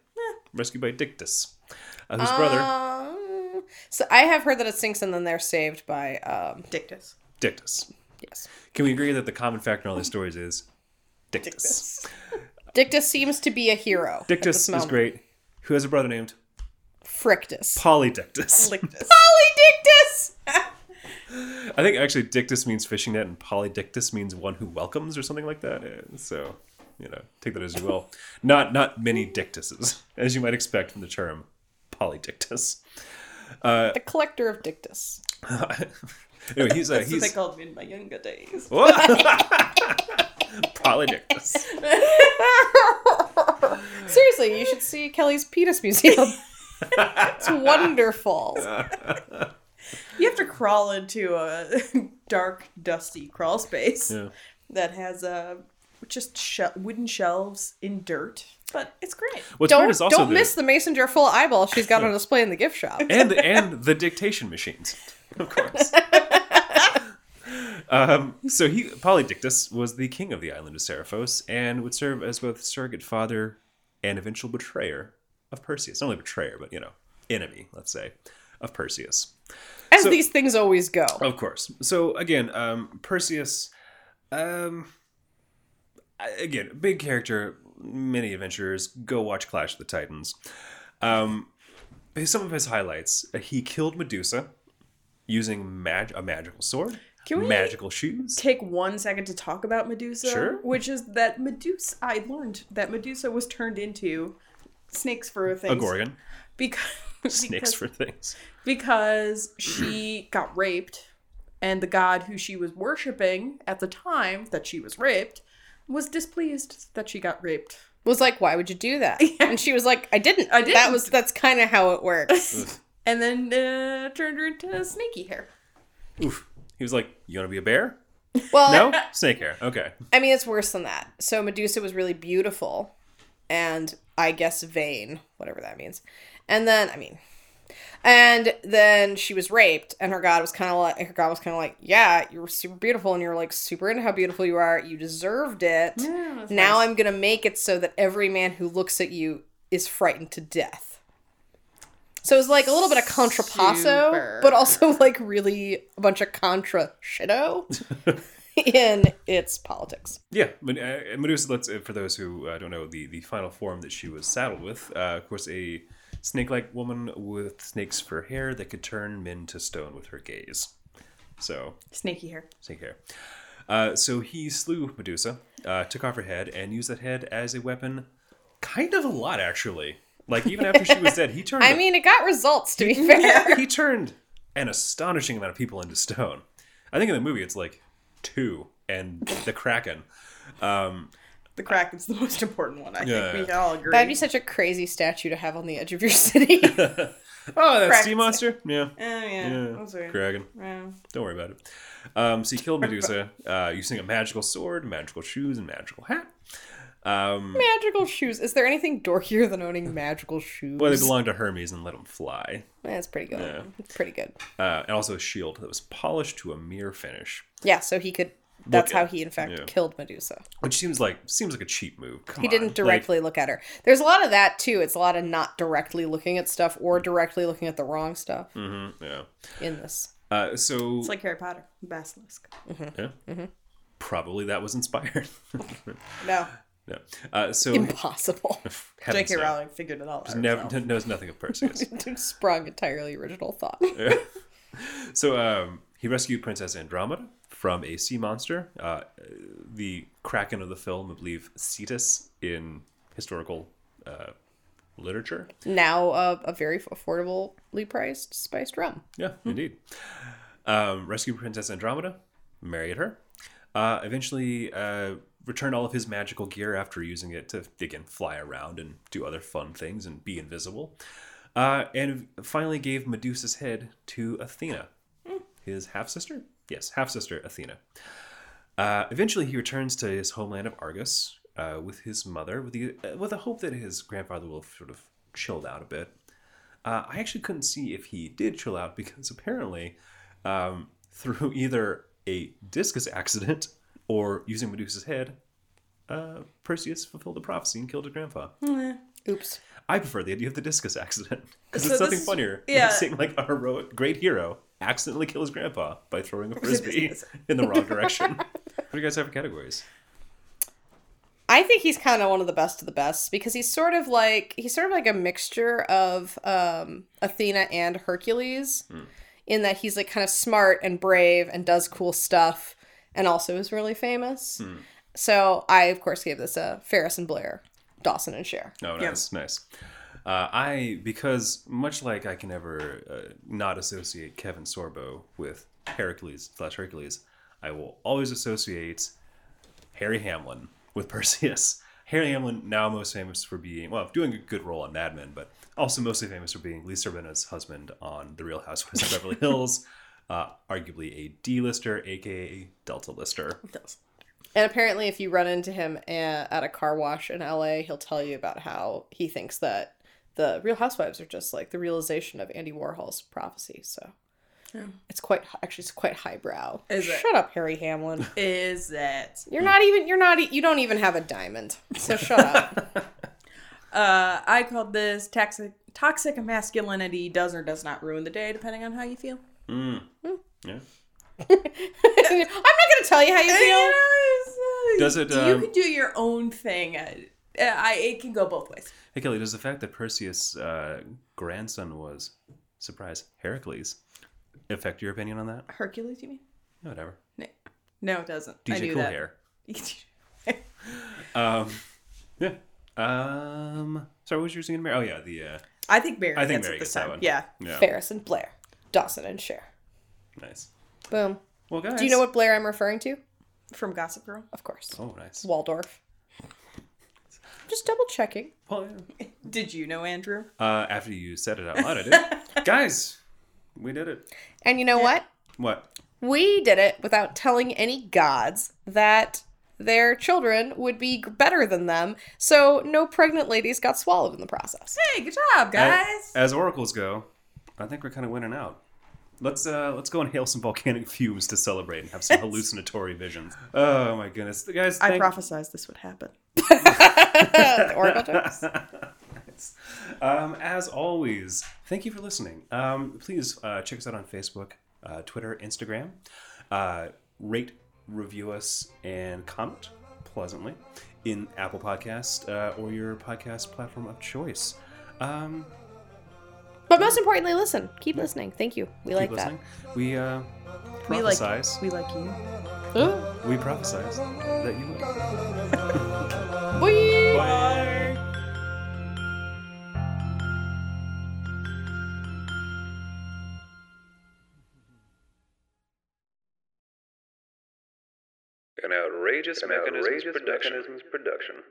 Rescued by Dictys, uh, whose brother
Um, so I have heard that it sinks and then they're saved by. Um,
Dictus.
Dictys.
yes.
Can we agree that the common factor in all these stories is Dictys?
Dictus seems to be a hero. at this
Dictys is
moment.
great. Who has a brother named
Frictus.
Polydictys?
Dictus.
Polydictus!
I think actually Dictys means fishing net and polydictys means one who welcomes or something like that. Uh, So, you know, take that as you will. Not not many dictuses, as you might expect from the term polydictys. Uh,
The collector of Dictus.
anyway, he's a
That's what they
he's
called me in my younger days.
Whoa! polydictys.
Seriously, you should see Kelly's Penis Museum. it's
Uh,
wonderful.
You have to crawl into a dark, dusty crawl space
Yeah.
that has uh, just shel wooden shelves in dirt, but it's great.
What's weird
Don't
is also
don't
the-
miss the mason jar full of eyeballs she's got on display in the gift shop.
and the, and the dictation machines, of course. um, so he Polydictys was the king of the island of Seraphos and would serve as both surrogate father and eventual betrayer of Perseus. Not only betrayer, but you know, enemy, let's say, of Perseus.
As
So-
these things always go.
Of course. So again, um, Perseus, um, I- again, big character, many adventures. Go watch Clash of the Titans. Um, his- some of his highlights: uh, he killed Medusa using mag- a magical sword,
Can we-
magical shoes.
Take one second to talk about Medusa,
Sure.
which is that Medusa. I learned that Medusa was turned into snakes for things
A gorgon,
because
snakes
because,
for things.
because she got raped, and the god who she was worshiping at the time that she was raped was displeased that she got raped.
Was like, why would you do that? And she was like, I didn't. I
didn't.
That was that's kind of how it works.
and then uh, turned her into snaky hair.
Oof. He was like, "You want to be a bear?
Well,
No, snake hair. Okay.
I mean, it's worse than that. So Medusa was really beautiful and I guess vain, whatever that means. And then, I mean, and then she was raped and her god was kind of like her god was kind of like, "Yeah, you were super beautiful and you're like super into how beautiful you are. You deserved it. now I'm going to make it so that every man who looks at you is frightened to death." So it was like a little bit of contrapasso,
Super.
but also like really a bunch of contra shitto in its politics.
Yeah, Men- uh, Medusa. Let's uh, for those who uh, don't know the the final form that she was saddled with. Uh, of course, a snake-like woman with snakes for hair that could turn men to stone with her gaze. So
Snaky hair.
snake hair. Uh, so he slew Medusa, uh, took off her head, and used that head as a weapon. Kind of a lot, actually. Like even after she was dead, he turned.
I mean, it got results to be fair.
he turned an astonishing amount of people into stone. I think in the movie it's like two and the Kraken.
The crack is the most important one. I
Yeah,
think we
yeah.
can all agree.
That'd be such a crazy statue to have on the edge of your city.
Oh, that sea
Kraken's-
monster. Yeah.
Uh,
Oh, yeah.
Yeah,
I'm sorry.
Dragon.
Yeah.
Don't worry about it. Um, so he killed Medusa uh, using a magical sword, magical shoes, and magical hat. Um,
magical shoes. Is there anything dorkier than owning magical shoes?
well, they belonged to Hermes and let him fly.
That's pretty good. It's pretty good.
Uh, and also a shield that was polished to a mere finish,
Yeah, so he could. That's
Look
how
at-
he, in fact,
yeah.
killed Medusa.
which seems like seems like a cheap move. Come
He
on.
didn't
Like,
directly look at her. There's a lot of that too. It's a lot of not directly looking at stuff or directly looking at the wrong stuff
mhm, yeah.
in this.
Uh, so
It's like Harry Potter, basilisk.
yeah. probably that was inspired.
No,
no. Uh, so
Impossible.
heavens
J.K.
no.
Rowling figured it all out.
Never,
herself.
knows nothing of Perseus.
Sprung entirely original thought.
So um, he rescued Princess Andromeda from a sea monster, uh, the kraken of the film, I believe, Cetus in historical uh, literature.
Now uh, a very affordably priced spiced rum.
Yeah, indeed. Um, rescued Princess Andromeda, married her, uh, eventually uh, returned all of his magical gear after using it to, again, fly around and do other fun things and be invisible. Uh, and finally gave Medusa's head to Athena, his half sister? Yes, half sister Athena. Uh, eventually, he returns to his homeland of Argus uh, with his mother, with the uh, with the hope that his grandfather will sort of chilled out a bit. Uh, I actually couldn't see if he did chill out because apparently, um, through either a discus accident or using Medusa's head, uh, Perseus fulfilled a prophecy and killed his grandpa.
Oops.
I prefer the idea of the discus accident because
So
it's something
this-
funnier
yeah.
than seeing like a heroic great hero accidentally kill his grandpa by throwing a frisbee in the wrong direction. what do you guys have for categories?
I think he's kind of one of the best of the best because he's sort of like he's sort of like a mixture of um, Athena and Hercules, in that he's like kind of smart and brave and does cool stuff, and also is really famous. So I of course gave this a Ferris and Blair, Dawson and Cher.
Oh, nice, nice. Uh, I because much like I can never uh, not associate Kevin Sorbo with Heracles slash Hercules, I will always associate Harry Hamlin with Perseus. Harry Hamlin now most famous for being well doing a good role on Mad Men, but also mostly famous for being Lisa Rinna's husband on The Real Housewives of Beverly Hills. Uh, arguably a D-lister, aka Delta lister.
And apparently, if you run into him a- at a car wash in LA, he'll tell you about how he thinks that the Real Housewives are just like the realization of Andy Warhol's prophecy. So it's quite actually it's quite highbrow.
Is it?
Shut up, Harry Hamlin.
Is it?
You're not even. You're not. e- You don't even have a diamond. So shut up.
Uh, I called this toxic toxic masculinity does or does not ruin the day, depending on how you feel.
Yeah.
I'm not gonna tell you how you
You
feel.
know, it's, uh,
Does it,
you
um,
can do your own thing. I, I it can go both ways.
Hey Kelly, does the fact that Perseus' uh, grandson was surprise Heracles affect your opinion on that?
Hercules, you mean?
Whatever.
No, no it doesn't. I
DJ
knew
Cool
that.
Hair. Um, yeah. Um. Sorry, what was yours again, Mary? Oh yeah, the. Uh,
I think Mary.
I think
gets
Mary
it this
gets that
time.
one.
Yeah.
yeah.
Ferris and Blair, Dawson and Cher.
Nice.
Boom.
Well, guys.
Do you know what Blair I'm referring to?
From Gossip Girl.
Of course,
Oh, nice.
Waldorf. Just double checking.
Well, yeah.
Did you know Andrew?
uh, after you said it out loud, I did. guys, we did it.
And you know what?
What?
We did it without telling any gods that their children would be g- better than them, so no pregnant ladies got swallowed in the process.
Hey, good job, guys.
As, as oracles go, I think we're kind of winning out. Let's uh, let's go and hail some volcanic fumes to celebrate and have some hallucinatory visions. Oh my goodness, guys!
I
thank-
prophesized this would happen.
the oracle jokes.
Um, as always, thank you for listening. Um, please uh, check us out on Facebook, uh, Twitter, Instagram. Uh, rate, review us, and comment pleasantly in Apple Podcast uh, or your podcast platform of choice. Um,
But most importantly, listen. Keep listening. Thank you. We like
keep listening. We uh,
We like
prophesize.
we like you.
that. Ooh.
we prophesize that you will.
Whee!
Bye.
An outrageous, mechanisms, production.